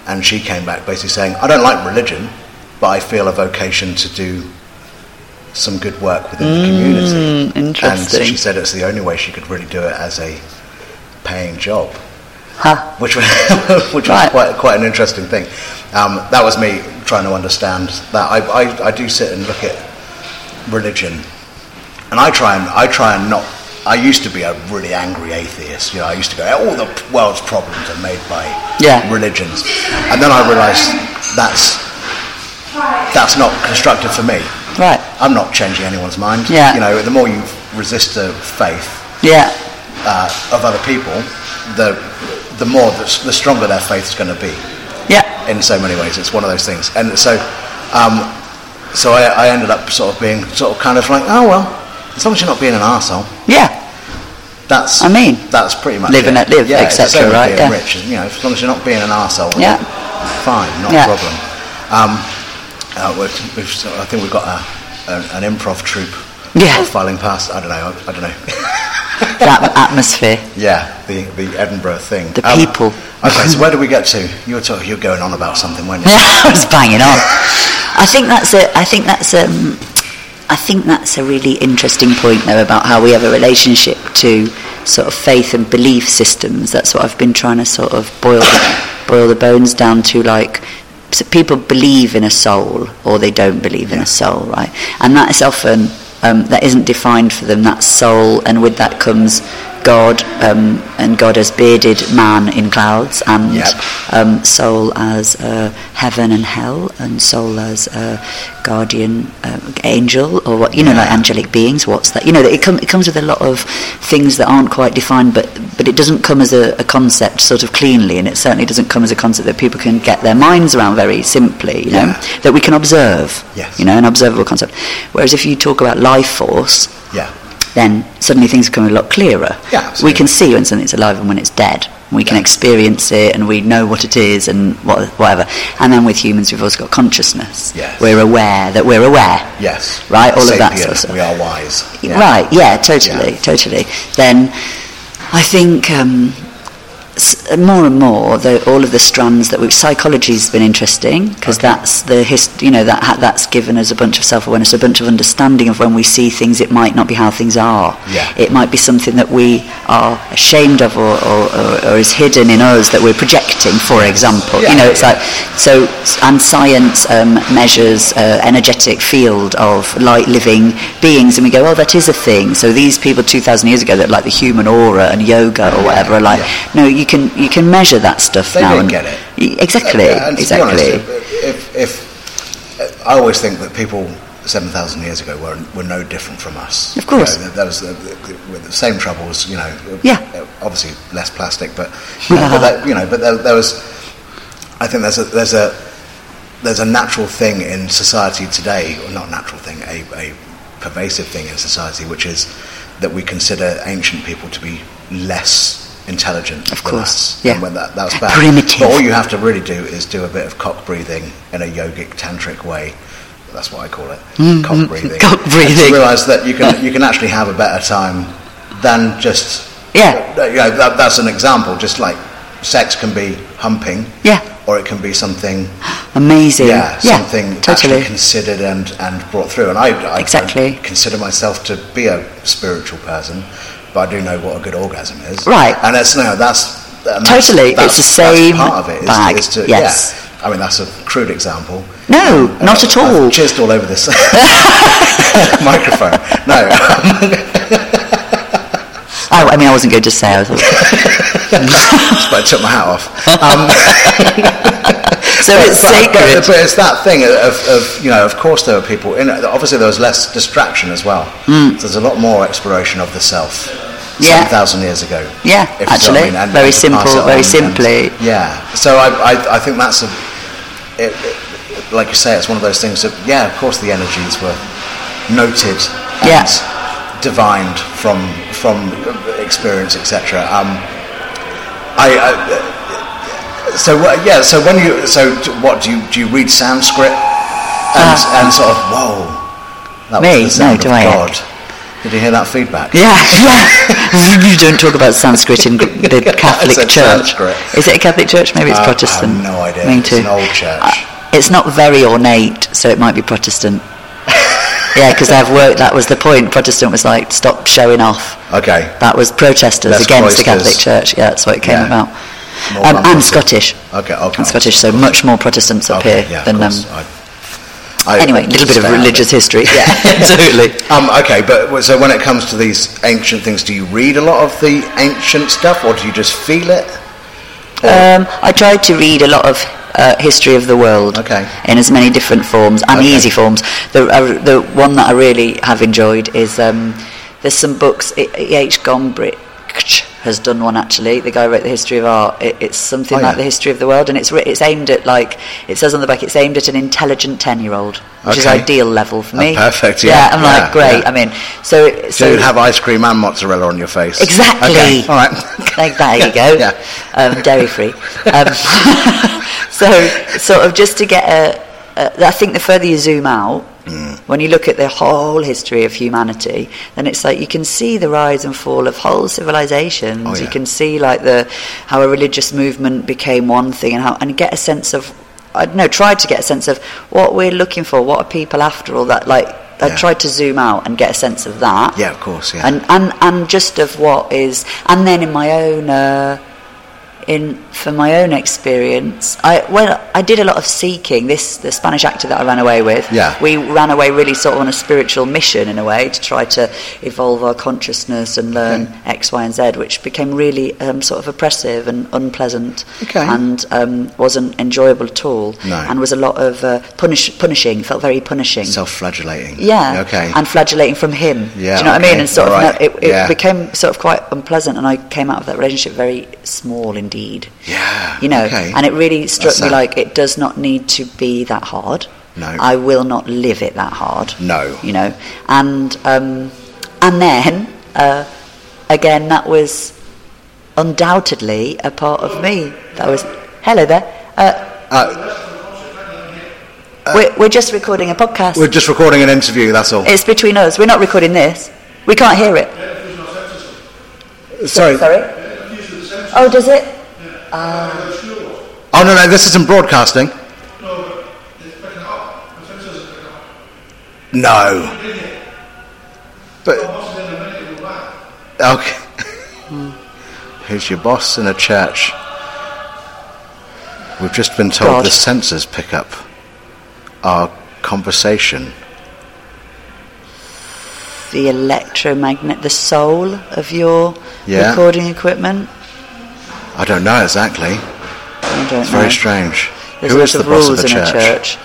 and she came back basically saying, "I don't like religion, but I feel a vocation to do some good work within the community." Mm, interesting. And she said it's the only way she could really do it as a paying job Huh. which was, which Right. was quite, quite an interesting thing. Um, that was me trying to understand that. I, I, I do sit and look at religion, and I try and I try and not. I used to be a really angry atheist. You know, I used to go, all the world's problems are made by Yeah. religions, and then I realised that's that's not constructive for me. Right. I'm not changing anyone's mind. Yeah. You know, the more you resist the faith, Yeah. uh, of other people, the the more the, s- the stronger their faith is going to be. Yeah. In so many ways, it's one of those things. And so, um, so I, I ended up sort of being sort of kind of like, oh well, as long as you're not being an asshole, Yeah. that's I mean, that's pretty much live it. and let live, yeah, it's the etc., same with right, Being yeah. rich, you know, as long as you're not being an asshole, Yeah. fine, not Yeah. a problem. Um, uh, we've, we've, sort of- I think we've got a, an, an improv troupe. Yeah. sort of filing past. I don't know. I, I don't know. That atmosphere. Yeah, the, the Edinburgh thing. Um, The people. Okay, so where do we get to? You were talking, you were going on about something, weren't you? I was banging on. I think that's a. I think that's um. I think that's a really interesting point, though, about how we have a relationship to sort of faith and belief systems. That's what I've been trying to sort of boil boil the bones down to, like. So people believe in a soul, or they don't believe in a soul, right? And that is often um, that isn't defined for them. That soul, and with that comes God um, and God as bearded man in clouds and Yep. um, soul as uh, heaven and hell and soul as uh, guardian uh, angel or what you know like angelic beings what's that you know it, com- it comes with a lot of things that aren't quite defined but but it doesn't come as a, a concept sort of cleanly and it certainly doesn't come as a concept that people can get their minds around very simply you know Yeah. that we can observe Yes. you know an observable concept whereas if you talk about life force Yeah. then suddenly things become a lot clearer. Yeah, absolutely. we can see when something's alive and when it's dead. We can Yeah. experience it and we know what it is and what, whatever. And then with humans, we've also got consciousness. Yes. We're aware that we're aware. Yes. Right, all of that Sapient, sort of stuff. We are wise. Yeah. Right, yeah, totally, Yeah. totally. Then I think um, s- more and more, though, all of the strands that we psychology's been interesting because that's the hist- you know that ha- that's given us a bunch of self-awareness, a bunch of understanding of when we see things, it might not be how things are. Yeah. It might be something that we are ashamed of or, or, or, or is hidden in us that we're projecting. For example, Yeah, you know, yeah, it's like so, and science um, measures uh, energetic field of light living beings, and we go, oh, that is a thing. So these people 2,000 years ago that like the human aura and yoga or whatever are like, no, you can you can measure that stuff They now. don't and- get it. Y- Exactly, Yeah, and to be honest, exactly. if, if, if I always think that people seven thousand years ago were were no different from us. Of course. you know, that, that was the, the, with the same troubles. You know, Yeah. uh, obviously less plastic, but, but that, you know, but there, there was. I think there's a there's a there's a natural thing in society today, or not natural thing, a, a pervasive thing in society, which is that we consider ancient people to be less intelligent Of than course, us. yeah. And when that, that's bad. Primitive. But all you have to really do is do a bit of cock breathing in a yogic tantric way. That's what I call it. Cock breathing. Mm, cock breathing. To realise that you can you can actually have a better time than just Yeah. You know, that, that's an example. Just like sex can be humping. Yeah. Or it can be something Amazing. yeah, something totally. actually considered and, and brought through. And I, I don't Exactly. consider myself to be a spiritual person, but I do know what a good orgasm is. Right. And it's no, that's and Totally, That's, that's, it's the same that's part of it. Is, bag, is to, yes. Yeah, I mean, that's a crude example. Um, No, not at all. I've chizzed all over this microphone. No, Oh, I mean, I wasn't going to say. I was, but I took my hat off. so it's but, sacred. But, but it's that thing of, of you know. Of course, there were people. In it. Obviously, there was less distraction as well. So there's a lot more exploration of the self. Mm. Yeah. Seven thousand years ago. Yeah, if you know what actually. Very to pass simple, it very on simply. yeah. So I, I, I think that's a. It, it, like you say, it's one of those things that yeah, of course, the energies were noted. And Yeah. Divined from from experience, etc. Um, I, I so uh, yeah, so when you so t- what do you do you read Sanskrit and, and sort of whoa, that Uh. Me? was the sound No, do of I? God. Did you hear that feedback? Yeah, yeah. you don't talk about Sanskrit in the Catholic said Church. Sanskrit. Is it a Catholic church? Maybe it's Uh, I have Protestant. no idea. Me It's too. an old church. Uh, it's not very ornate, so it might be Protestant. yeah, because I've worked. That was the point. Protestant was like, stop showing off. Okay. That was protesters That's against the cloisters. Catholic Church. Yeah, that's what it came Yeah. about. More Um, Roman. and Scottish. Okay. Okay. And Scottish, so much more Protestants up Okay, here yeah, of than. Um, course. I- I anyway, a little bit of stay out religious history. Yeah, absolutely. Um, okay, but so when it comes to these ancient things, do you read a lot of the ancient stuff, or do you just feel it? Um, I tried to read a lot of uh, history of the world Okay. in as many different forms and Okay. easy forms. The, uh, the one that I really have enjoyed is um, there's some books. E- E.H. Gombrich has done one actually. The guy who wrote the history of art. It, it's something Oh, like yeah. the history of the world, and it's writ- it's aimed at like it says on the back. It's aimed at an intelligent ten year old, which is Okay. ideal level for Oh, me. perfect, yeah, I'm yeah, like great. yeah. I mean, so it- Do so you have ice cream and mozzarella on your face? Exactly. Okay, all right. like that, there you go. Yeah. Um, dairy free. Um, so, sort of just to get a, a. I think the further you zoom out, Mm. when you look at the whole history of humanity, then it's like you can see the rise and fall of whole civilizations. Oh, You yeah. can see like the how a religious movement became one thing, and how and get a sense of. I don't know. Try to get a sense of what we're looking for. What are people after? All that. Like I Yeah. tried to zoom out and get a sense of that Yeah, of course. Yeah. and, and and just of what is and then in my own uh, in for my own experience, I well, I did a lot of seeking. This the Spanish actor that I ran away with. Yeah. we ran away really sort of on a spiritual mission in a way to try to evolve our consciousness and learn X, Y, and Z, which became really um, sort of oppressive and unpleasant. Okay. and um, wasn't enjoyable at all. No. and was a lot of uh, punish punishing. Felt very punishing. Self-flagellating. Mm. Yeah. Okay. And flagellating from him. Yeah, Do you know what I okay, mean? And sort all of right, no, it, it yeah. became sort of quite unpleasant, and I came out of that relationship very small indeed. yeah. You know, Okay. and it really struck That's me sad. like it does not need to be that hard. No. I will not live it that hard. No. You know, and um, and then uh, again, that was undoubtedly a part of me. That was hello there. Uh, Uh, we're, we're just recording a podcast. we're just recording an interview. That's all. It's between us. We're not recording this. We can't hear it. Sorry. Sorry. Oh, does it? Oh no, no. This isn't broadcasting. No. But okay. Hmm. Who's your boss in a church? We've just been told God. the censors pick up our conversation. The electromagnet, the soul of your Yeah. recording equipment. I don't know exactly. I don't It's very know. strange. There's Who is lots the of boss rules of the in church? a church.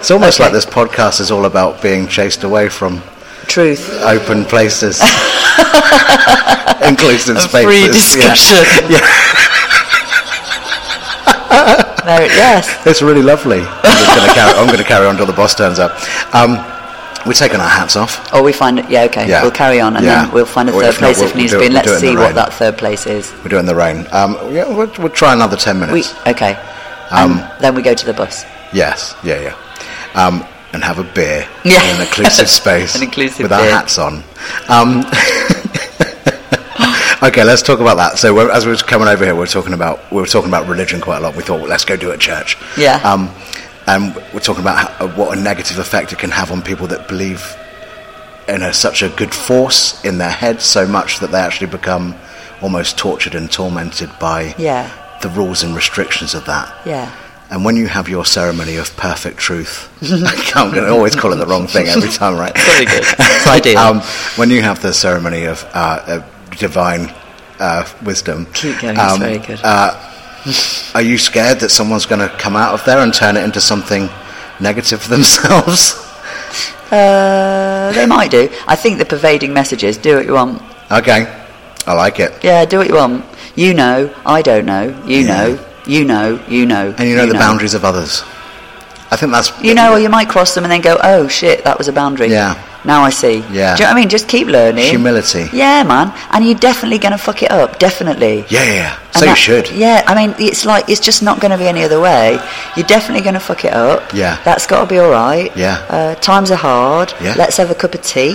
It's almost Okay. like this podcast is all about being chased away from Truth. open places, inclusive spaces. Free yeah. discussion. There it- yes. It's really lovely. I'm just gonna carry- I'm going to carry on until the boss turns up. Um, we're taking our hats off. Or Oh, we find it. Yeah. Okay. Yeah. We'll carry on, and Yeah. then we'll find a Or 3rd if not, place we'll- if needs we'll be. do And it- we'll let's do it in see the what rain. that third place is. We're doing the rain. Um, yeah, we'll, we'll try another 10 We minutes. okay. Um, and then we go to the bus. yes, yeah, yeah. Um, and have a beer Yeah. in an inclusive space An inclusive with our beer. hats on. Um, okay, let's talk about that. So we're, as we were coming over here, we were talking about we were talking about religion quite a lot. We thought, well, let's go do it at church. Yeah. Um, and we're talking about how, what a negative effect it can have on people that believe in a, such a good force in their head so much that they actually become almost tortured and tormented by Yeah. the rules and restrictions of that. Yeah. And when you have your ceremony of perfect truth, I'm going to always call it the wrong thing every time, right? Very good. It's ideal. Um, when you have the ceremony of uh, uh, divine uh, wisdom, Keep going. um, it's very good. are you scared that someone's going to come out of there and turn it into something negative for themselves? Uh, they might do. I think the pervading message is do what you want. okay, I like it. Yeah, do what you want. You know, I don't know. You Yeah. know, you know, you know. And you know the boundaries of others. I think that's You know, or you might cross them and then go, oh shit, that was a boundary. Yeah. Now I see. Yeah. Do you know what I mean? Just keep learning. humility. Yeah, man. And you're definitely going to fuck it up. Definitely. Yeah, yeah. yeah. And So you that- should. Yeah, I mean, it's like, it's just not going to be any other way. You're definitely going to fuck it up. Yeah. That's got to be all right. Yeah. Uh, times are hard. Yeah. Let's have a cup of tea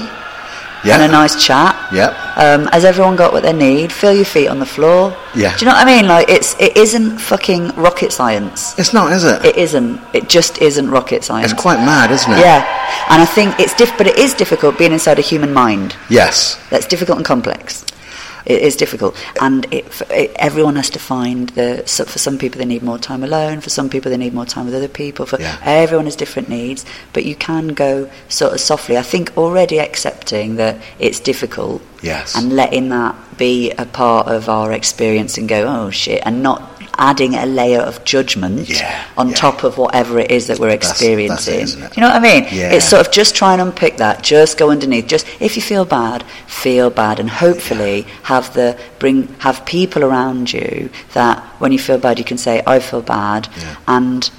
Yeah. and a nice chat. yeah. Um, has everyone got what they need? Feel your feet on the floor. Yeah. Do you know what I mean? Like it's it isn't fucking rocket science. It's not, is it? It isn't. It just isn't rocket science. It's quite mad, isn't it? yeah. And I think it's diff, but it is difficult being inside a human mind. Yes. That's difficult and complex. It is difficult, and it, f- it, everyone has to find the. So for some people, they need more time alone. For some people, they need more time with other people. For Yeah. everyone has different needs, but you can go sort of softly. I think already accepting that it's difficult Yes. and letting that be a part of our experience and go, oh shit, and not adding a layer of judgment Yeah, on yeah. top of whatever it is that we're That's- that's it, experiencing. isn't it? Do you know what I mean? Yeah. It's sort of just try and unpick that. Just go underneath. Just if you feel bad, feel bad, and hopefully have the bring have people around you that when you feel bad, you can say, I feel bad, Yeah. and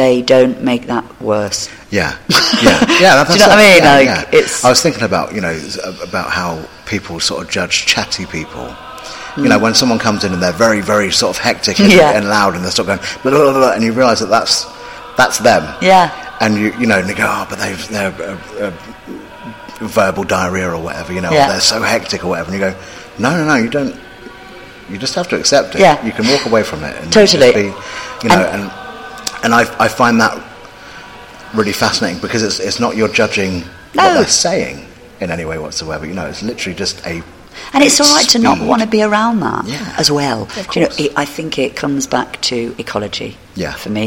they don't make that worse. Yeah, yeah, yeah. That's Do you know what I it. mean? Yeah, Like, yeah. it's- I was thinking about you know s- about how people sort of judge chatty people. You know, when someone comes in and they're very, very sort of hectic and, Hmm. Yeah. and loud, and they're sort of going blah, blah, blah, blah, and you realise that that's that's them. Yeah. And you you know, and they go, oh, but they've they're uh, uh, verbal diarrhea or whatever. You know, Yeah. or they're so hectic or whatever. And you go, no, no, no, you don't. You just have to accept it. Yeah. You can walk away from it. And Totally. Just be, you know, and and I I find that really fascinating because it's, it's not you're judging what No. they're saying in any way whatsoever. You know, it's literally just a And it's all right to not Speed. want to be around that Yeah. as well. Of Do you know, course. it, I think it comes back to ecology. Yeah. For me,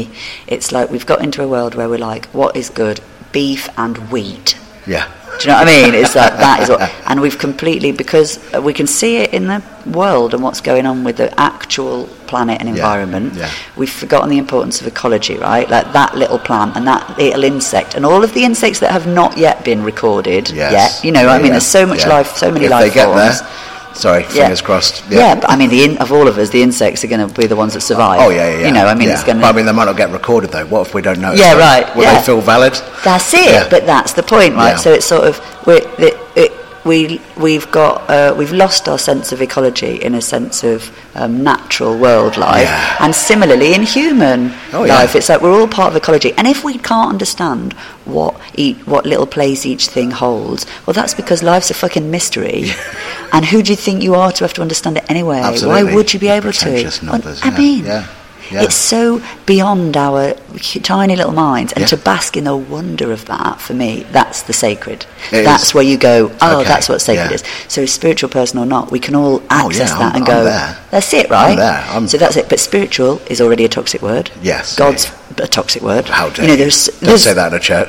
it's like we've got into a world where we're like, what is good? Beef and wheat. Yeah. Do you know what I mean? It's like that is what, and we've completely because uh, we can see it in the world and what's going on with the actual planet and environment. yeah. We've forgotten the importance of ecology, right? Like that little plant and that little insect and all of the insects that have not yet been recorded Yes. yet. You know, I Yeah, mean, yeah, there's so much yeah. life, so many if life they get forms. there, sorry, Yeah. fingers crossed. Yeah. but I mean, the in, of all of us, the insects are going to be the ones that survive. Oh yeah, yeah, yeah. You know, I mean, Yeah. it's going But I mean, they might not get recorded though. What if we don't know? Yeah, So right, Will yeah. they feel valid? That's it. Yeah. But that's the point, right? Yeah. So it's sort of we're, the, it, we we've got uh, we've lost our sense of ecology in a sense of um, natural world life, Yeah. and similarly in human Oh, yeah. life, it's like we're all part of ecology. And if we can't understand what each, what little place each thing holds, well, that's because life's a fucking mystery. and who do you think you are to have to understand it anyway? Why Absolutely. would you be able to? Pretentious numbers, I yeah, mean, yeah, yeah. it's so beyond our hu- tiny little minds, and Yeah. to bask in the wonder of that, for me, that's the sacred. It that's is. where you go, oh, Okay, that's what sacred yeah. Oh, is. So, spiritual person or not, we can all access yeah, that I'm- I'm and go, there. that's it, right? there, I'm- so that's it. But spiritual is already a toxic word. Yes, God's yeah, a toxic word. How dare you? Know, there's, Don't there's, say that in a church.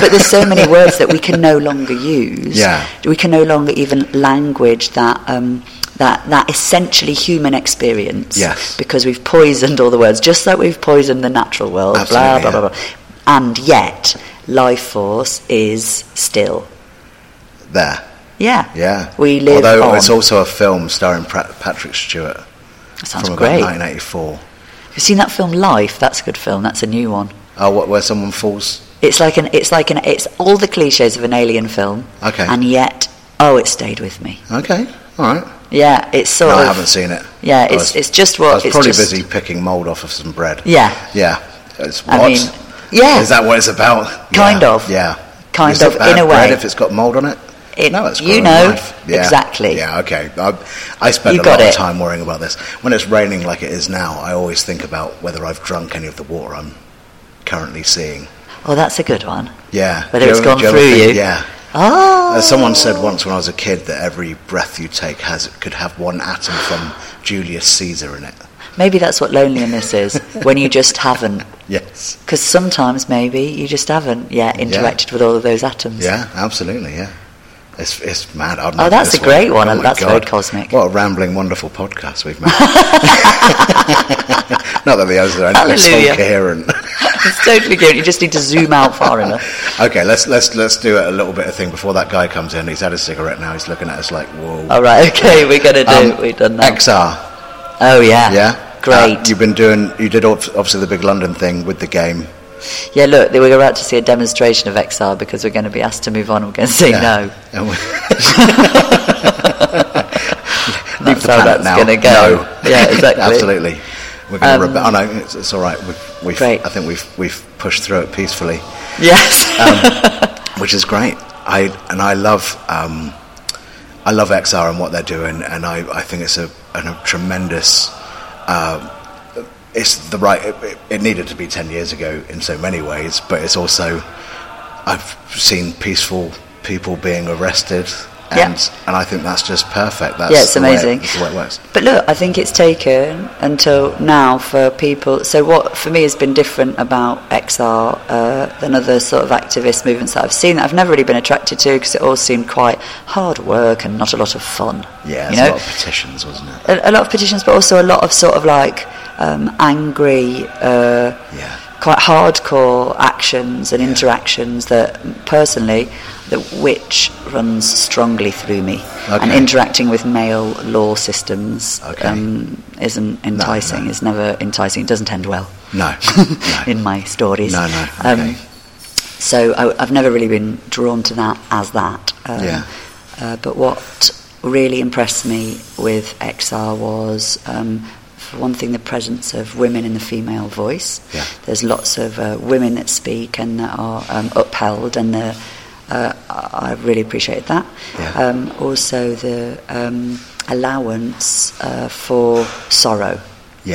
but there's so many words that we can no longer use. Yeah. We can no longer even language that um, that that essentially human experience. Yes. Because we've poisoned all the words, just like we've poisoned the natural world. blah Absolutely, blah blah blah. And yet, life force is still. there. Yeah. Yeah. We live Although on. it's also a film starring Pra- Patrick Stewart Sounds from great. about 1984. Have you seen that film Life? That's a good film. That's a new one. Oh, what, where someone falls. It's like an. It's like an. It's all the cliches of an alien film. Okay. And yet, oh, it stayed with me. Okay. All right. Yeah. It's No, sort I of. haven't seen it. Yeah, I it's, was- it's just I what was it's probably just- busy picking mold off of some bread. Yeah, Yeah. It's I what? mean, yeah. Is that what it's about? Kind Yeah. of. Yeah. Kind Is it of, in bad a way. bread if it's got mold on it. It- no, it's you grown know, life. Yeah. exactly. Yeah, okay. I, I spend You a got lot it. of time worrying about this. When it's raining like it is now, I always think about whether I've drunk any of the water I'm currently seeing. Oh, that's a good one. Yeah. Whether Do it's ever- gone do ever through think- you. Yeah. Oh, Uh, someone said once when I was a kid that every breath you take has could have one atom from Julius Caesar in it. Ah, maybe that's what loneliness is when you just haven't. Yes. Because sometimes maybe you just haven't yet interacted with all of those atoms. Yeah, absolutely. Yeah, it's it's mad. I'd Oh, love that's this a great one, Oh and my that's God. very cosmic. What a rambling, wonderful podcast we've made. Not that the others are anything Hallelujah. so coherent. it's totally good. You just need to zoom out far enough. okay, let's let's let's do a little bit of thing before that guy comes in. He's had a cigarette now. He's looking at us like, whoa. All right, okay, we're gonna Oh, do. Um, We've done that. XR, oh yeah, yeah, great. Uh, you've been doing. You did ob- obviously the big London thing with the game. yeah, look, they we're about to see a demonstration of XR because we're going to be asked to move on. We're going to say no. And we- That's the how planet that's now. going to go. No. Yeah, exactly. Absolutely. We're going to Um, rebel. Oh, no, it's, it's all right. We've, we've, Great. I think we've, we've pushed through it peacefully, Yes. which is great. I, and I love, um, I love XR and what they're doing, and I, I think it's a, an, a tremendous. Um, it's the right. It, it- it needed to be ten years ago in so many ways, but it's also. I've seen peaceful people being arrested, and Yeah. and I think that's just perfect. That's Yeah, it's the way it- amazing. it's the way it works. But look, I think it's taken until now for people. So, what for me has been different about XR uh, than other sort of activist movements that I've seen that I've never really been attracted to because it all seemed quite hard work and not a lot of fun. Yeah, you it's know, a lot of petitions, wasn't it? a, a lot of petitions, but also a lot of sort of like um, angry. Uh, Yeah. quite hardcore actions and interactions that personally the witch runs strongly through me and Okay. interacting with male law systems Okay. um, isn't enticing no. it's never enticing it doesn't end well No. no. in my stories No, no. Um, Okay. so I, I've never really been drawn to that as that. Um, Yeah. uh, but what really impressed me with XR was, um, for one thing, the presence of women in the female voice. Yeah. There's lots of uh, women that speak and that are um, upheld, and the, uh, I I really appreciated that. Yeah. Um, also, the um, allowance uh, for sorrow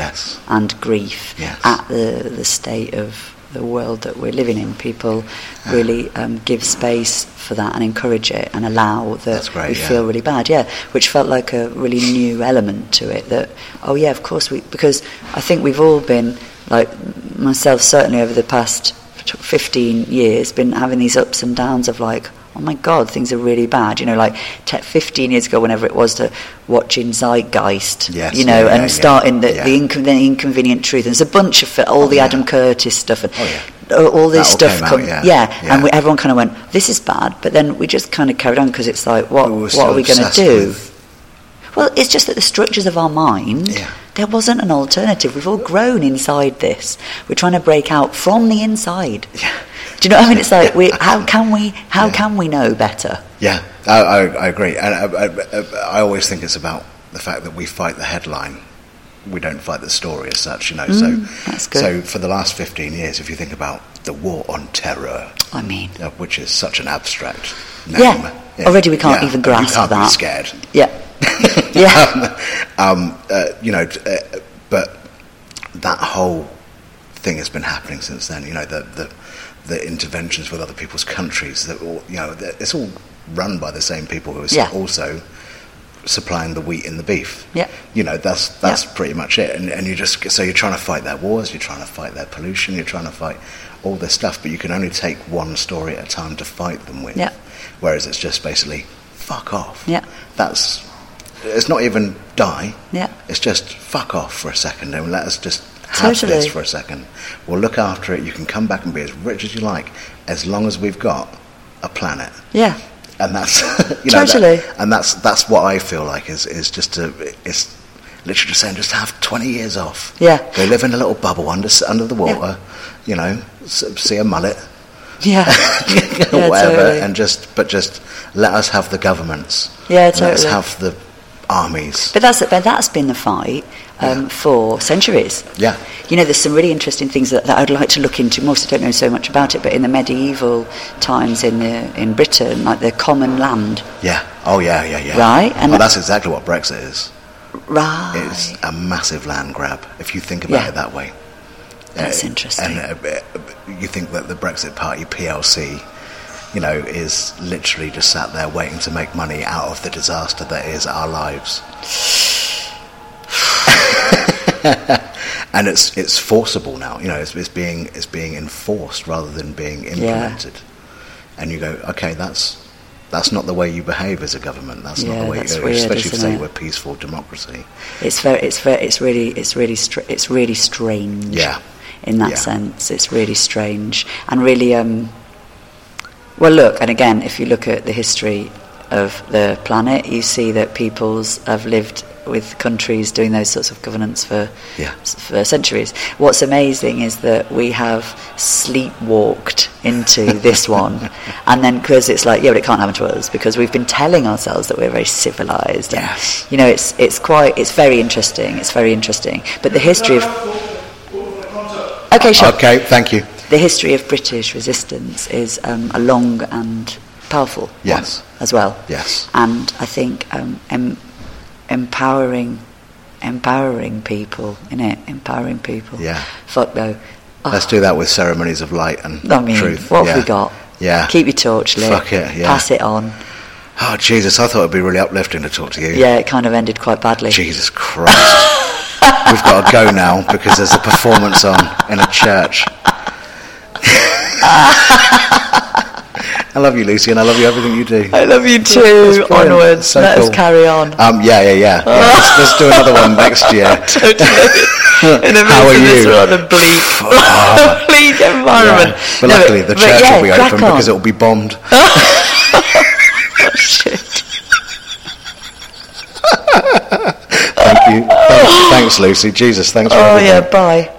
yes. and grief Yes. at the, the state of the world that we're living in. People really um, give space for that and encourage it and allow that That's great, we yeah. feel really bad. Yeah, which felt like a really new element to it. That oh yeah, of course we because I think we've all been like myself certainly over the past t- 15 years been having these ups and downs of like. Oh my God, things are really bad. You know, like te- 15 years ago, whenever it was, to watching Zeitgeist, Yes, you know, yeah, and yeah, starting the, yeah. the, inco- the inconvenient truth. And there's a bunch of fi- all the Oh, yeah. Adam Curtis stuff and Oh, all- all this That all stuff. came out, yeah. and Yeah. we, everyone kind of went, "This is bad," but then we just kind of carried on because it's like, what, We were what still are we going to obsessed do? with- Well, it's just that the structures of our mind, Yeah. there wasn't an alternative. We've all grown inside this. We're trying to break out from the inside. Do you know what I mean? It's like, we, how can we? How Yeah. can we know better? Yeah, I, I, I agree, and I, I, I always think it's about the fact that we fight the headline. We don't fight the story as such, you know. so, Mm, that's good. so for the last fifteen years, if you think about the war on terror, I mean, uh, which is such an abstract name, Yeah. Already we can't even you grasp can't that. Be scared, yeah, yeah. um, uh, you know, t- uh, but that whole thing has been happening since then. You know, the the, the interventions with other people's countries that all, you know, that- it's all run by the same people who are s- Yeah. also supplying the wheat and the beef. Yeah. You know, that's that's pretty much it. And and you just so you're trying to fight their wars, you're trying to fight their pollution, you're trying to fight all this stuff, but you can only take one story at a time to fight them with. Yeah. Whereas it's just basically fuck off. Yeah. That's it's not even die. Yeah. It's just fuck off for a second and let us just have Totally. this for a second. We'll look after it. You can come back and be as rich as you like, as long as we've got a planet. yeah. And that's you know, that- Totally. and that's that's what I feel like is is just to it's literally just saying just have twenty years off. Yeah. Go live in a little bubble under s- under the water. You know, s- see a mullet Yeah, Yeah, whatever, totally. and just but just let us have the governments. Yeah, Let us totally. have the armies. But that's but that's been the fight um, for centuries. Yeah. You know, there's some really interesting things that, that I'd like to look into more. 'cause I don't know so much about it, but in the medieval times in the in Britain, like the common land, Yeah. Oh yeah, yeah, yeah. Right, and- And that's exactly what Brexit is. right? It's uh, a massive land grab if you think about Yeah. it that way. That's And interesting. uh, uh, you think that the Brexit Party PLC, you know, is literally just sat there waiting to make money out of the disaster that is our lives. and it's it's forcible now. You know, it's, it's being it's being enforced rather than being implemented. And you go, okay, that's that's not the way you behave as a government. That's not Yeah, the way, that's you, weird, especially if isn't say it? we're peaceful democracy. It's very, it's very, it's really, it's really, str- it's really strange. Yeah. In that Yeah. sense, it's really strange and really. Um, well, look, and again, if you look at the history of the planet, you see that peoples have lived with countries doing those sorts of governance for Yeah. s- for centuries. What's amazing is that we have sleepwalked into this one, and then because it's like, yeah, but it can't happen to us because we've been telling ourselves that we're very civilized. and, Yes. you know, it's it's quite it's very interesting. It's very interesting, but the history of okay, sure Okay, thank you. the history of British resistance is um, a long and powerful Yes. one as well. Yes. And I think um, em- empowering, empowering people, innit? Empowering people. Yeah. Fuck though. Let's do that with ceremonies of light and Ah. I mean, truth. what have Yeah. we got? Yeah. Keep your torch lit. Fuck it, yeah. Pass it on. oh Jesus, I thought it'd be really uplifting to talk to you. Yeah, it kind of ended quite badly. Jesus Christ. We've got to go now because there's a performance on in a church. I love you, Lucy, and I love you everything you do. I love you That's too. brilliant. Onwards. So Let cool. us carry on. Um, yeah, yeah, yeah. yeah. Let's, let's do another one next year. in the How midst are of this you? rather bleak, bleak environment. Yeah. Um, But luckily, the but church yeah, will be crack open on. because it will be bombed. Shit. Thank you. Thanks, thanks, Lucy. Jesus, thanks for Oh everything. yeah, bye.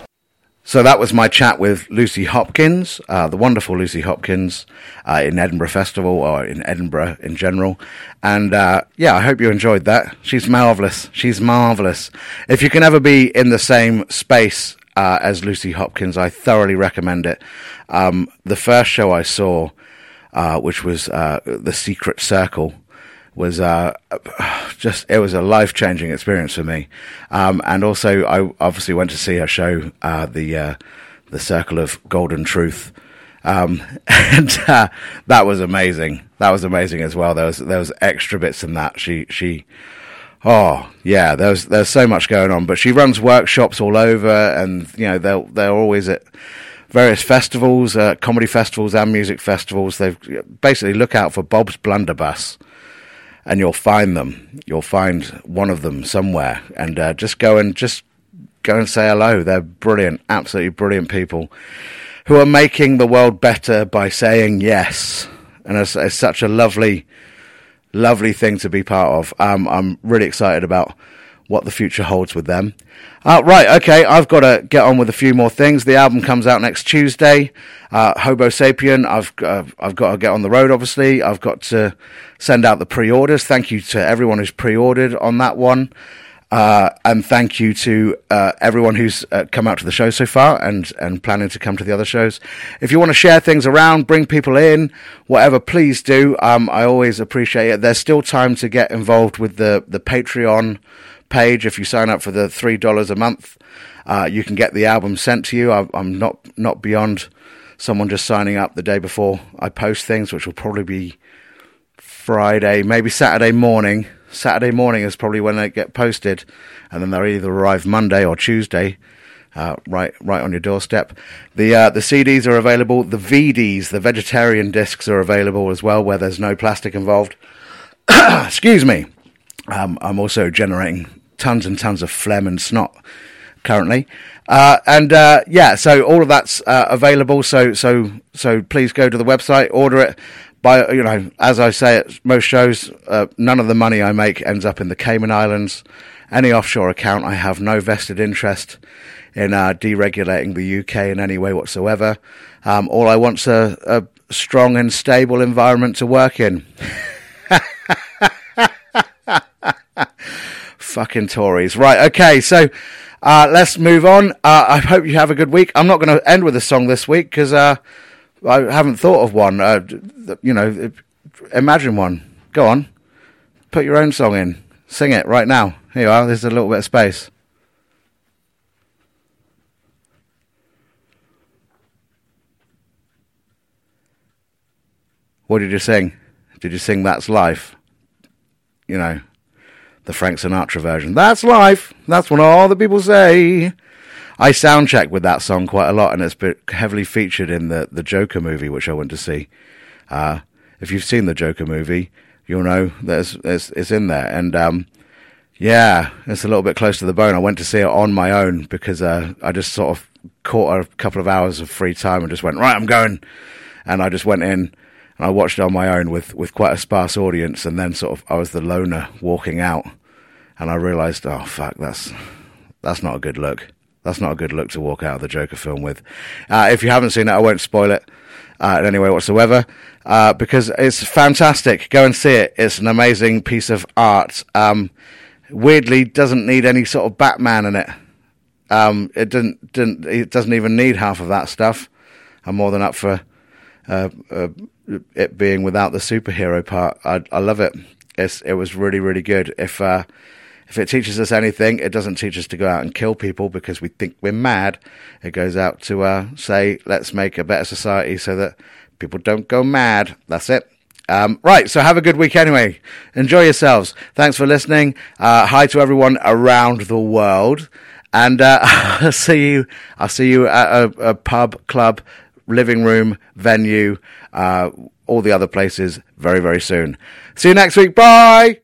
So that was my chat with Lucy Hopkins, uh, the wonderful Lucy Hopkins, uh, in Edinburgh Festival or in Edinburgh in general. And uh, yeah, I hope you enjoyed that. She's marvelous. She's marvelous. If you can ever be in the same space uh, as Lucy Hopkins, I thoroughly recommend it. Um, the first show I saw, uh, which was uh, The Secret Circle, was uh, just it was a life changing experience for me, um, and also I obviously went to see her show, uh, the uh, the circle of golden truth. Um, and uh, that was amazing. That was amazing as well. There was there was extra bits in that. She she Oh yeah, there's there's so much going on. But she runs workshops all over, and you know they're they're always at various festivals, uh, comedy festivals and music festivals. They've basically look out for Bob's Blunderbuss, and you'll find them. You'll find one of them somewhere, and uh, just go and just go and say hello. They're brilliant, absolutely brilliant people who are making the world better by saying yes. And it's, it's such a lovely lovely thing to be part of. Um, I'm really excited about what the future holds with them. Uh, right, okay, I've got to get on with a few more things. The album comes out next Tuesday. Uh, Hobo Sapien, I've uh, I've got to get on the road. Obviously, I've got to send out the pre-orders. Thank you to everyone who's pre-ordered on that one. Uh, and thank you to uh, everyone who's uh, come out to the show so far and, and planning to come to the other shows. If you want to share things around, bring people in, whatever, please do. Um, I always appreciate it. There's still time to get involved with the, the Patreon page. If you sign up for the $3 a month, uh, you can get the album sent to you. I, I'm not, not beyond someone just signing up the day before I post things, which will probably be Friday, maybe Saturday morning. Saturday morning is probably when they get posted, and then they'll either arrive Monday or Tuesday, uh, right right on your doorstep. The uh, the CDs are available. The VDs, the vegetarian discs, are available as well, where there's no plastic involved. Excuse me. Um, I'm also generating tons and tons of phlegm and snot currently. Uh, and uh, yeah, so all of that's uh, available. So so so please go to the website, order it. By you know, as I say at most shows, uh, none of the money I make ends up in the Cayman Islands. Any offshore account, I have no vested interest in uh, deregulating the UK in any way whatsoever. Um, all I want's a, a strong and stable environment to work in. Fucking Tories, right? Okay, so. Uh, let's move on. Uh, I hope you have a good week. I'm not going to end with a song this week because uh, I haven't thought of one. Uh, d- th- you know, it- imagine one. Go on, put your own song in, sing it right now. Here you are. There's a little bit of space. What did you sing? Did you sing "That's Life"? You know the Frank Sinatra version. That's life. That's what all the people say. I sound check with that song quite a lot, and it's been heavily featured in the, the Joker movie, which I went to see. Uh, if you've seen the Joker movie, you'll know that it's, it's, it's in there. And um, yeah, it's a little bit close to the bone. I went to see it on my own because uh, I just sort of caught a couple of hours of free time and just went, right, I'm going. And I just went in and I watched it on my own with, with quite a sparse audience, and then sort of I was the loner walking out, and I realised, oh fuck, that's that's not a good look. That's not a good look to walk out of the Joker film with. Uh, if you haven't seen it, I won't spoil it uh, in any way whatsoever uh, because it's fantastic. Go and see it. It's an amazing piece of art. Um, weirdly, doesn't need any sort of Batman in it. Um, it didn't, didn't. It doesn't even need half of that stuff. I'm more than up for uh, uh, it being without the superhero part. I, I love it. It's, it was really, really good. If uh, if it teaches us anything, it doesn't teach us to go out and kill people because we think we're mad. It goes out to uh, say, let's make a better society so that people don't go mad. That's it. Um, right, so have a good week anyway. Enjoy yourselves. Thanks for listening. Uh, hi to everyone around the world, and uh, I'll see you. I'll see you at a, a pub, club, living room, venue, uh, all the other places very, very soon. See you next week. Bye.